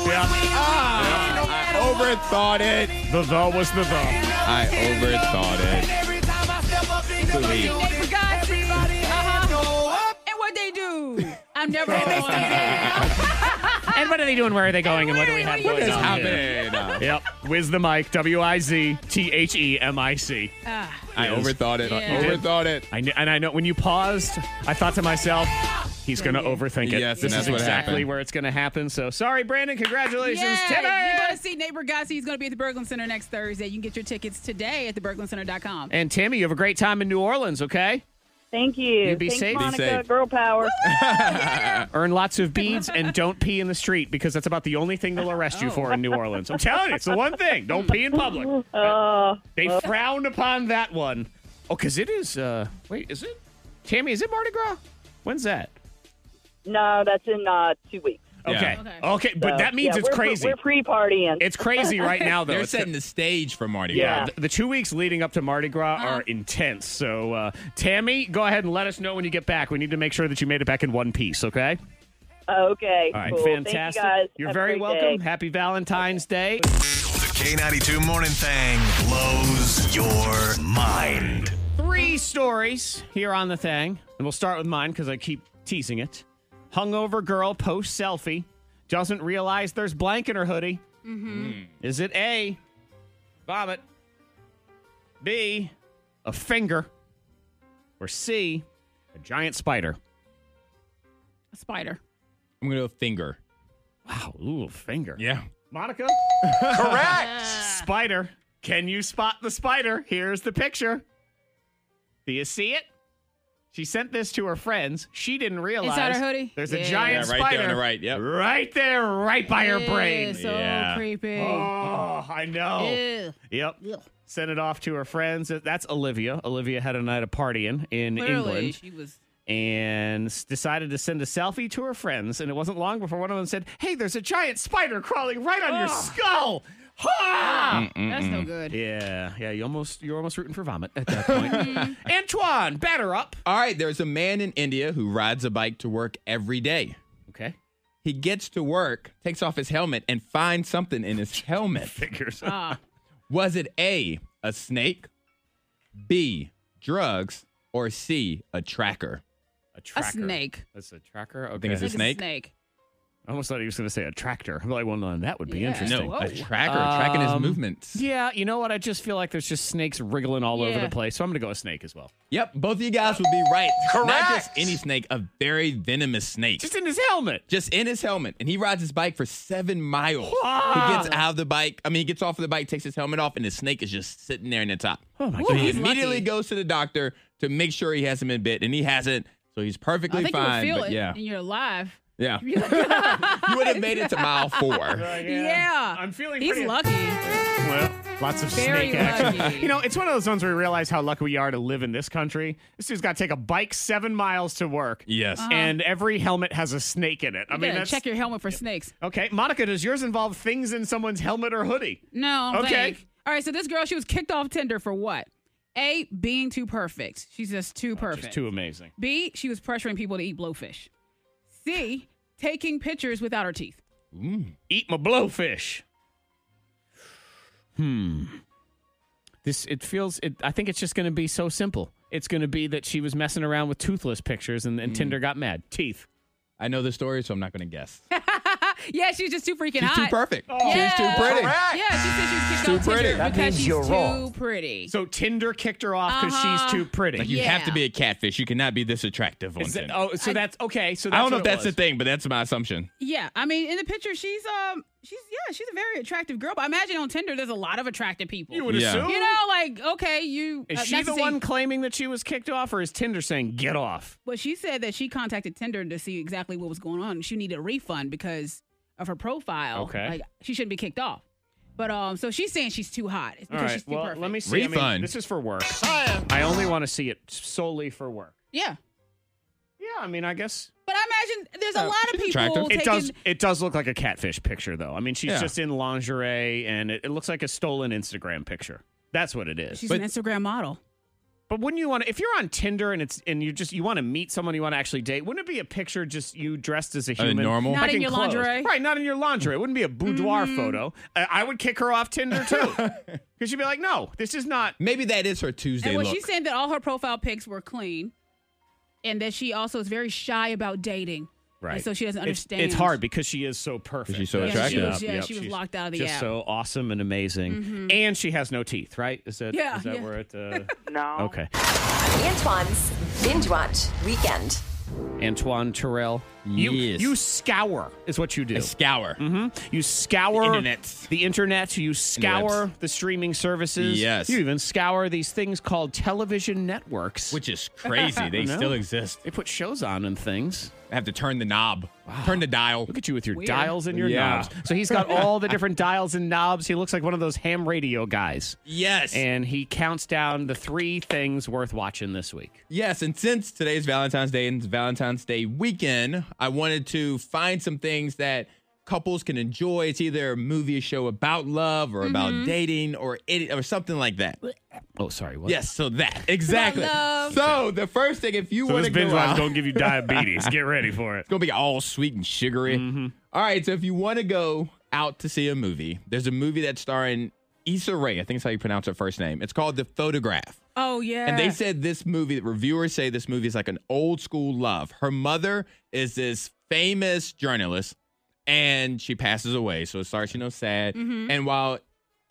Ah, I overthought it. The the was the the. I overthought it. Believe. They forgot you. Uh-huh. And what they do? I'm never going to And what are they doing? Where are they going? And what do we Wait, have what going is on here? happening? Yep. Whiz the mic. W I Z T H E M I C. I overthought it. Yeah. Overthought it. I kn- and I know when you paused, I thought to myself, he's going to overthink it. Yes, and this that's is what exactly happened. where it's going to happen. So sorry, Brandon. Congratulations, Yeah, you're Timmy. going to see Neighbor Gossy. He's going to be at the Berglund Center next Thursday. You can get your tickets today at theberglundcenter.com. And Tammy, you have a great time in New Orleans. Okay, Thank you. You be Thanks, safe. Be Monica. safe. Girl power. earn lots of beads [LAUGHS] and don't pee in the street because that's about the only thing they'll arrest you for in New Orleans. I'm telling you, it's the one thing. Don't pee in [LAUGHS] public. Uh, They frown upon that one. Oh, because it is. Uh, wait, is it? Tammy, is it Mardi Gras? When's that? no, that's in uh, two weeks. Yeah. Okay. Okay. Okay. but So, that means yeah, it's we're, crazy. We're pre-partying. it's crazy right now, though. They're It's- setting the stage for Mardi yeah, Gras. th- the two weeks leading up to Mardi Gras are intense. So, uh, Tammy, go ahead and let us know when you get back. We need to make sure that you made it back in one piece, okay? okay. All right, cool. fantastic. Thank you are guys. Have a very great welcome. day. Happy Valentine's Day. The K92 Morning Thing blows your mind. Three three stories here on the thing, and we'll start with mine because I keep teasing it. Hungover girl posts selfie, doesn't realize there's blank in her hoodie. Is it A, vomit, B, a finger, or C, a giant spider? A spider. I'm going to go finger. Wow, ooh, a finger. Yeah. Monica? [LAUGHS] Correct! spider. Can you spot the spider? Here's the picture. Do you see it? She sent this to her friends. She didn't realize. Inside her hoodie? There's a Yeah. Yeah, giant right spider. there on the right. Yep. Right there, right by her brain. Ew, So Yeah. creepy. Oh, I know. Ew. Yep. Sent it off to her friends. That's Olivia. Olivia had a night of partying in Clearly, England she was. and s- decided to send a selfie to her friends. And it wasn't long before one of them said, Hey, there's a giant spider crawling right on your Ah. skull. Ha! That's no good. Yeah, yeah, you almost you're almost rooting for vomit at that point. Mm-hmm. [LAUGHS] Antoine, batter up. All right, there's a man in India who rides a bike to work every day. [LAUGHS] Okay. He gets to work, takes off his helmet, and finds something in his helmet. Figures. Ah, Was it A, a snake, B, drugs, or C, a tracker? a A tracker. snake. That's a tracker. Okay. I, think it's a- Like snake? A snake. almost thought he was going to say a tractor. I'm like, well, no, that would be Yeah. interesting. No, Whoa. a tracker, tracking his Um, movements. Yeah, you know what? I just feel like there's just snakes wriggling all over Yeah. the place. So I'm going to go a snake as well. Yep, both of you guys would be right. Not just Correct. any snake, a very venomous snake. Just in his helmet. just in his helmet, and he rides his bike for seven miles. He gets out of the bike. I mean, he gets off of the bike, takes his helmet off, and the snake is just sitting there in the top. Oh my so he goodness. immediately lucky. goes to the doctor to make sure he hasn't been bit, and he hasn't. So he's perfectly I think fine. you would feel but it, yeah, and you're alive. yeah. [LAUGHS] [LAUGHS] you would have made it to mile four. Yeah. I'm feeling He's pretty- lucky. Well, lots of Very snake action. lucky. You know, it's one of those ones where we realize how lucky we are to live in this country. This dude's got to take a bike seven miles to work. Yes. And every helmet has a snake in it. I Uh-huh. You mean, gotta that's check your helmet for snakes. okay. Monica, does yours involve things in someone's helmet or hoodie? No. I'm Okay. vague. All right. So this girl, she was kicked off Tinder for what? A, being too perfect. She's just too perfect. Oh, Just too amazing. B, she was pressuring people to eat blowfish. C, taking pictures without her teeth. [LAUGHS] Eat my blowfish. Hmm. This it feels. It, I think it's just going to be so simple. It's going to be that she was messing around with toothless pictures, and, and Tinder got mad. Mm. Teeth. I know the story, so I'm not going to guess. Yeah, she's just too freaking She's too hot. perfect. Yeah. She's too pretty. Yeah, she said she was kicked Too off Tinder pretty. That because means she's you're too wrong. pretty. So Tinder kicked her off because Uh-huh. she's too pretty. Like you have to Yeah. be a catfish. You cannot be this attractive on Is that- Tinder. oh, so that's okay. So I that's don't know if what it that's the was. thing, but that's my assumption. yeah, I mean, in the picture, she's um, she's yeah, she's a very attractive girl. But I imagine on Tinder, there's a lot of attractive people. You would Yeah. assume. You know, like okay, you. is uh, she not to the say- one claiming that she was kicked off, or is Tinder saying get off? Well, she said that she contacted Tinder to see exactly what was going on. She needed a refund because of her profile. Okay. like she shouldn't be kicked off. But um, so she's saying she's too hot. It's because she's too Well, perfect. let me see. I mean, Refund. this is for work. I only want to see it solely for work. Yeah, Yeah, I mean, I guess but I imagine there's a lot of she's people. attractive. Taking, it does. It does look like a catfish picture, though. I mean, she's Yeah. just in lingerie, and it, it looks like a stolen Instagram picture. That's what it is. She's But- an Instagram model. But wouldn't you want to? If you're on Tinder and it's and you just you want to meet someone you want to actually date, wouldn't it be a picture just you dressed as a human, normal? Not like in your clothes? lingerie. Mm-hmm. right? Not in your lingerie. It wouldn't be a boudoir photo. I, I would kick her off Tinder [LAUGHS] too, because she'd be like, "No, this is [LAUGHS] not." Maybe that is her Tuesday And well, look. she's saying that all her profile pics were clean, and that she also is very shy about dating. And so she doesn't It's- understand. It's, hard because she is so perfect. She's Yeah, so she attractive. was- yeah, she was she's locked out of the just app. Mm-hmm. so awesome and amazing, and she has no teeth. Right? Is that? Yeah, Is that yeah. where it? Uh, no. Okay. Antoine's Binge Watch Weekend. Antoine Terrell. You Yes. you scour is what you do. I scour. You scour The internets. the internet, You scour the streaming services. Yes. You even scour these things called television networks. Which is [LAUGHS] crazy. They No. still exist. they put shows on and things. I have to turn the knob, turn the dial. Look at you with your dials and your Yeah. knobs. So he's [LAUGHS] got all the different dials and knobs. He looks like one of those ham radio guys. Yes. And he counts down the three things worth watching this week. yes. And since today's Valentine's Day and it's Valentine's Day weekend, I wanted to find some things that couples can enjoy. It's either a movie, a show about love or Mm-hmm. about dating or it, or something like that. Oh, sorry. What? Yes. So that. Exactly. love. So the first thing, if you want to go out, give you diabetes. Get ready for it. It's gonna be all sweet and sugary. All right, so if you want to go out to see a movie, there's a movie that's starring Issa Rae, I think that's how you pronounce her first name. It's called The Photograph. Oh yeah. And they said this movie, reviewers say this movie is like an old school love. Her mother is this famous journalist and she passes away. So it starts, you know, sad. Mhm. And while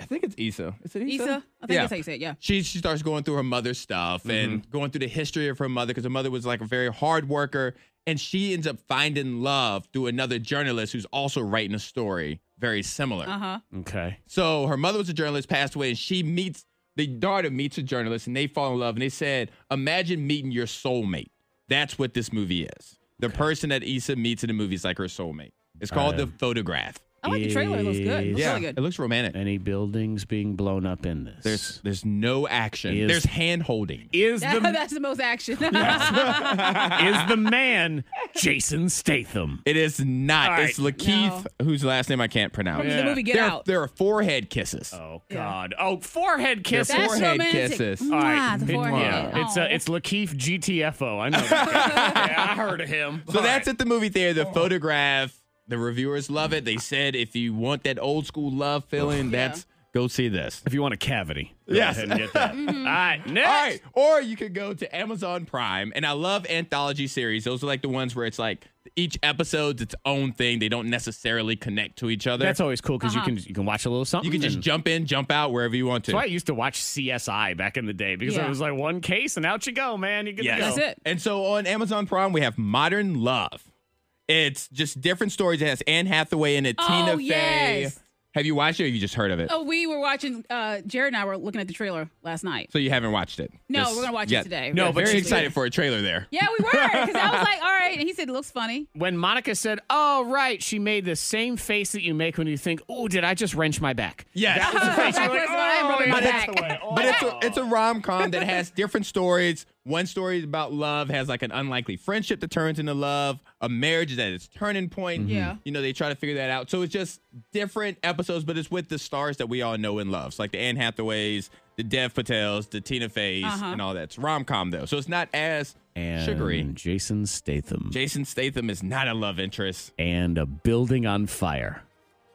I think it's Issa. Is it Issa? Issa. I think that's how you say it. Yeah. She, she starts going through her mother's stuff Mm-hmm. and going through the history of her mother because her mother was like a very hard worker. And she ends up finding love through another journalist who's also writing a story very similar. Uh huh. Okay. So her mother was a journalist, passed away, and she meets the daughter meets a journalist, and they fall in love. And they said, imagine meeting your soulmate. That's what this movie is. The person that Issa meets in the movie is like her soulmate. It's called Uh, The Photograph. I like the trailer. It looks good. It looks really good. it looks romantic. Any buildings being blown up in this? There's there's no action. Is- there's hand holding. Is [LAUGHS] That- the that's the most action. [LAUGHS] is the man Jason Statham? It is not. All It's Lakeith, whose last name I can't pronounce. From the movie Get there, Out. There are forehead kisses. Oh God! Oh, forehead kiss. They're That's forehead romantic. kisses. Mwah, All right. the It- forehead. yeah. It's Aw. uh, Oh. it's Lakeith GTFO. I know. [LAUGHS] That guy. yeah, I heard of him. So that's at the movie theater. Oh. The photograph. The reviewers love it. They Ah. said if you want that old school love feeling, that's go see this. If you want a cavity, go Yes. Mm-hmm. ahead and get [LAUGHS] that. All right, next. All right. Or you could go to Amazon Prime. And I love anthology series. Those are like the ones where it's like each episode's its own thing. They don't necessarily connect to each other. That's always cool because you can you can watch a little something. Uh-huh. you can just and- jump in, jump out wherever you want to. That's why I used to watch CSI back in the day because Yeah. it was like one case and out you go, man. You get Yes. to go. That's it. And so on Amazon Prime, we have Modern Love. It's just different stories. It has Anne Hathaway in it, Oh, Tina Fey. yes. Have you watched it or you just heard of it? Oh, we were watching. Uh, Jared and I were looking at the trailer last night. So you haven't watched it? No, This- we're gonna watch it today. No, We're but very she's excited. excited for a trailer there. Yeah, we were. Because I was like, all right. And he said it [LAUGHS] looks funny. When Monica said, "Oh right," she made the same face that you make when you think, "Oh, did I just wrench my back?" Yes. that was the [LAUGHS] face. You're That like, was when I "Oh, rubbed my yeah, that's back." the way." Oh. But it's a, it's a rom com that has different stories. One story is about love, has like an unlikely friendship that turns into love, a marriage that is turning point. Yeah. You know, they try to figure that out. So it's just different episodes, but it's with the stars that we all know and love. So like the Anne Hathaways, the Dev Patels, the Tina Feys, Uh-huh. and all that. It's rom com though. So it's not as and sugary. Jason Statham Jason Statham is not a love interest and a building on fire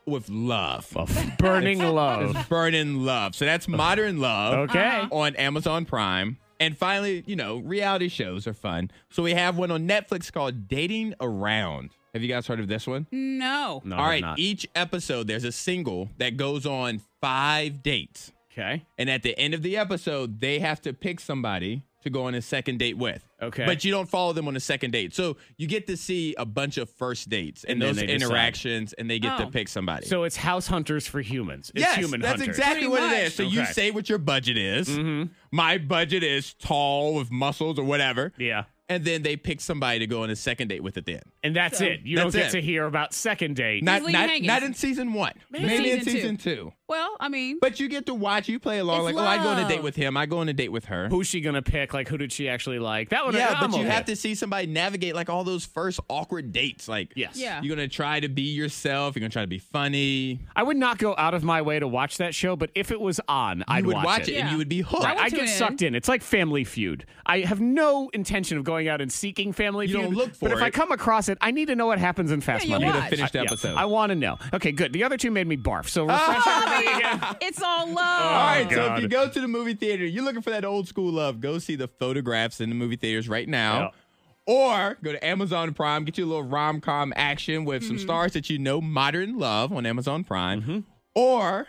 with love. of [LAUGHS] burning love. Burning love. So that's modern love. Okay. Uh-huh. On Amazon Prime. And finally, you know, reality shows are fun. So we have one on Netflix called Dating Around. Have you guys heard of this one? No. No, All I'm right. e- not. Each episode, there's a single that goes on five dates. Okay. And at the end of the episode, they have to pick somebody to go on a second date with. Okay. But you don't follow them on a second date. So you get to see a bunch of first dates and, And then those they decide. interactions, and they get to Oh. pick somebody. So it's house hunters for humans. It's yes, human that's hunters. exactly Pretty what much. it is. So you Okay. Mm-hmm. say what your budget is. My budget is tall with muscles or whatever. yeah. And then they pick somebody to go on a second date with at the end. And that's it. You That's don't get it. to hear about second date. Not leave not, hanging. not in season one. Maybe, in season two. season two. Well, I mean, But you get to watch. You play along. It's like, oh, I go on a date love. with him. I go on a date with her. Who's she gonna pick? Like, who did she actually like? That one. yeah, I'm but you okay. have to see somebody navigate like all those first awkward dates. Like, Yes. Yeah. you're gonna try to be yourself. You're gonna try to be funny. I would not go out of my way to watch that show, but if it was on, I'd you would watch, it. and Yeah. you would be hooked. I would I tune get in. sucked in. It's like Family Feud. I have no intention of going out and seeking Family You Feud. don't look for but if I it. come across it, I need to know what happens in Fast you Money. I need to watch. finish the I- yeah. episode. I want to know. Okay, good. The other two made me barf. So refresh [LAUGHS] everybody again. it's all love. All right, Oh, so God. if you go to the movie theater, you're looking for that old school love, go see the photographs in the movie theaters right now. Or go to Amazon Prime, get you a little rom com action with Mm-hmm. some stars that you know, Modern Love on Amazon Prime. Or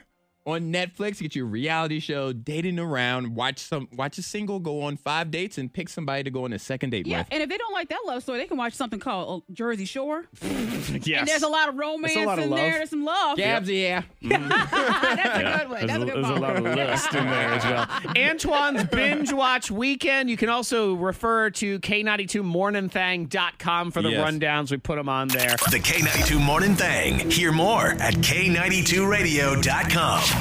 on Netflix, get your reality show, dating around, watch some watch a single, go on five dates, and pick somebody to go on a second date Yeah, with. and if they don't like that love story, they can watch something called uh, Jersey Shore. Yes. And there's a lot of romance lot of in love. there. There's some love. Gabs, yeah. That's a good There's one. That's a, a good there's a one. lot of lust in there as [LAUGHS] well. Antoine's binge watch weekend. You can also refer to K92morningthang.com for the Yes. rundowns. We put them on there. The K92 Morning Thing. Hear more at K92Radio.com.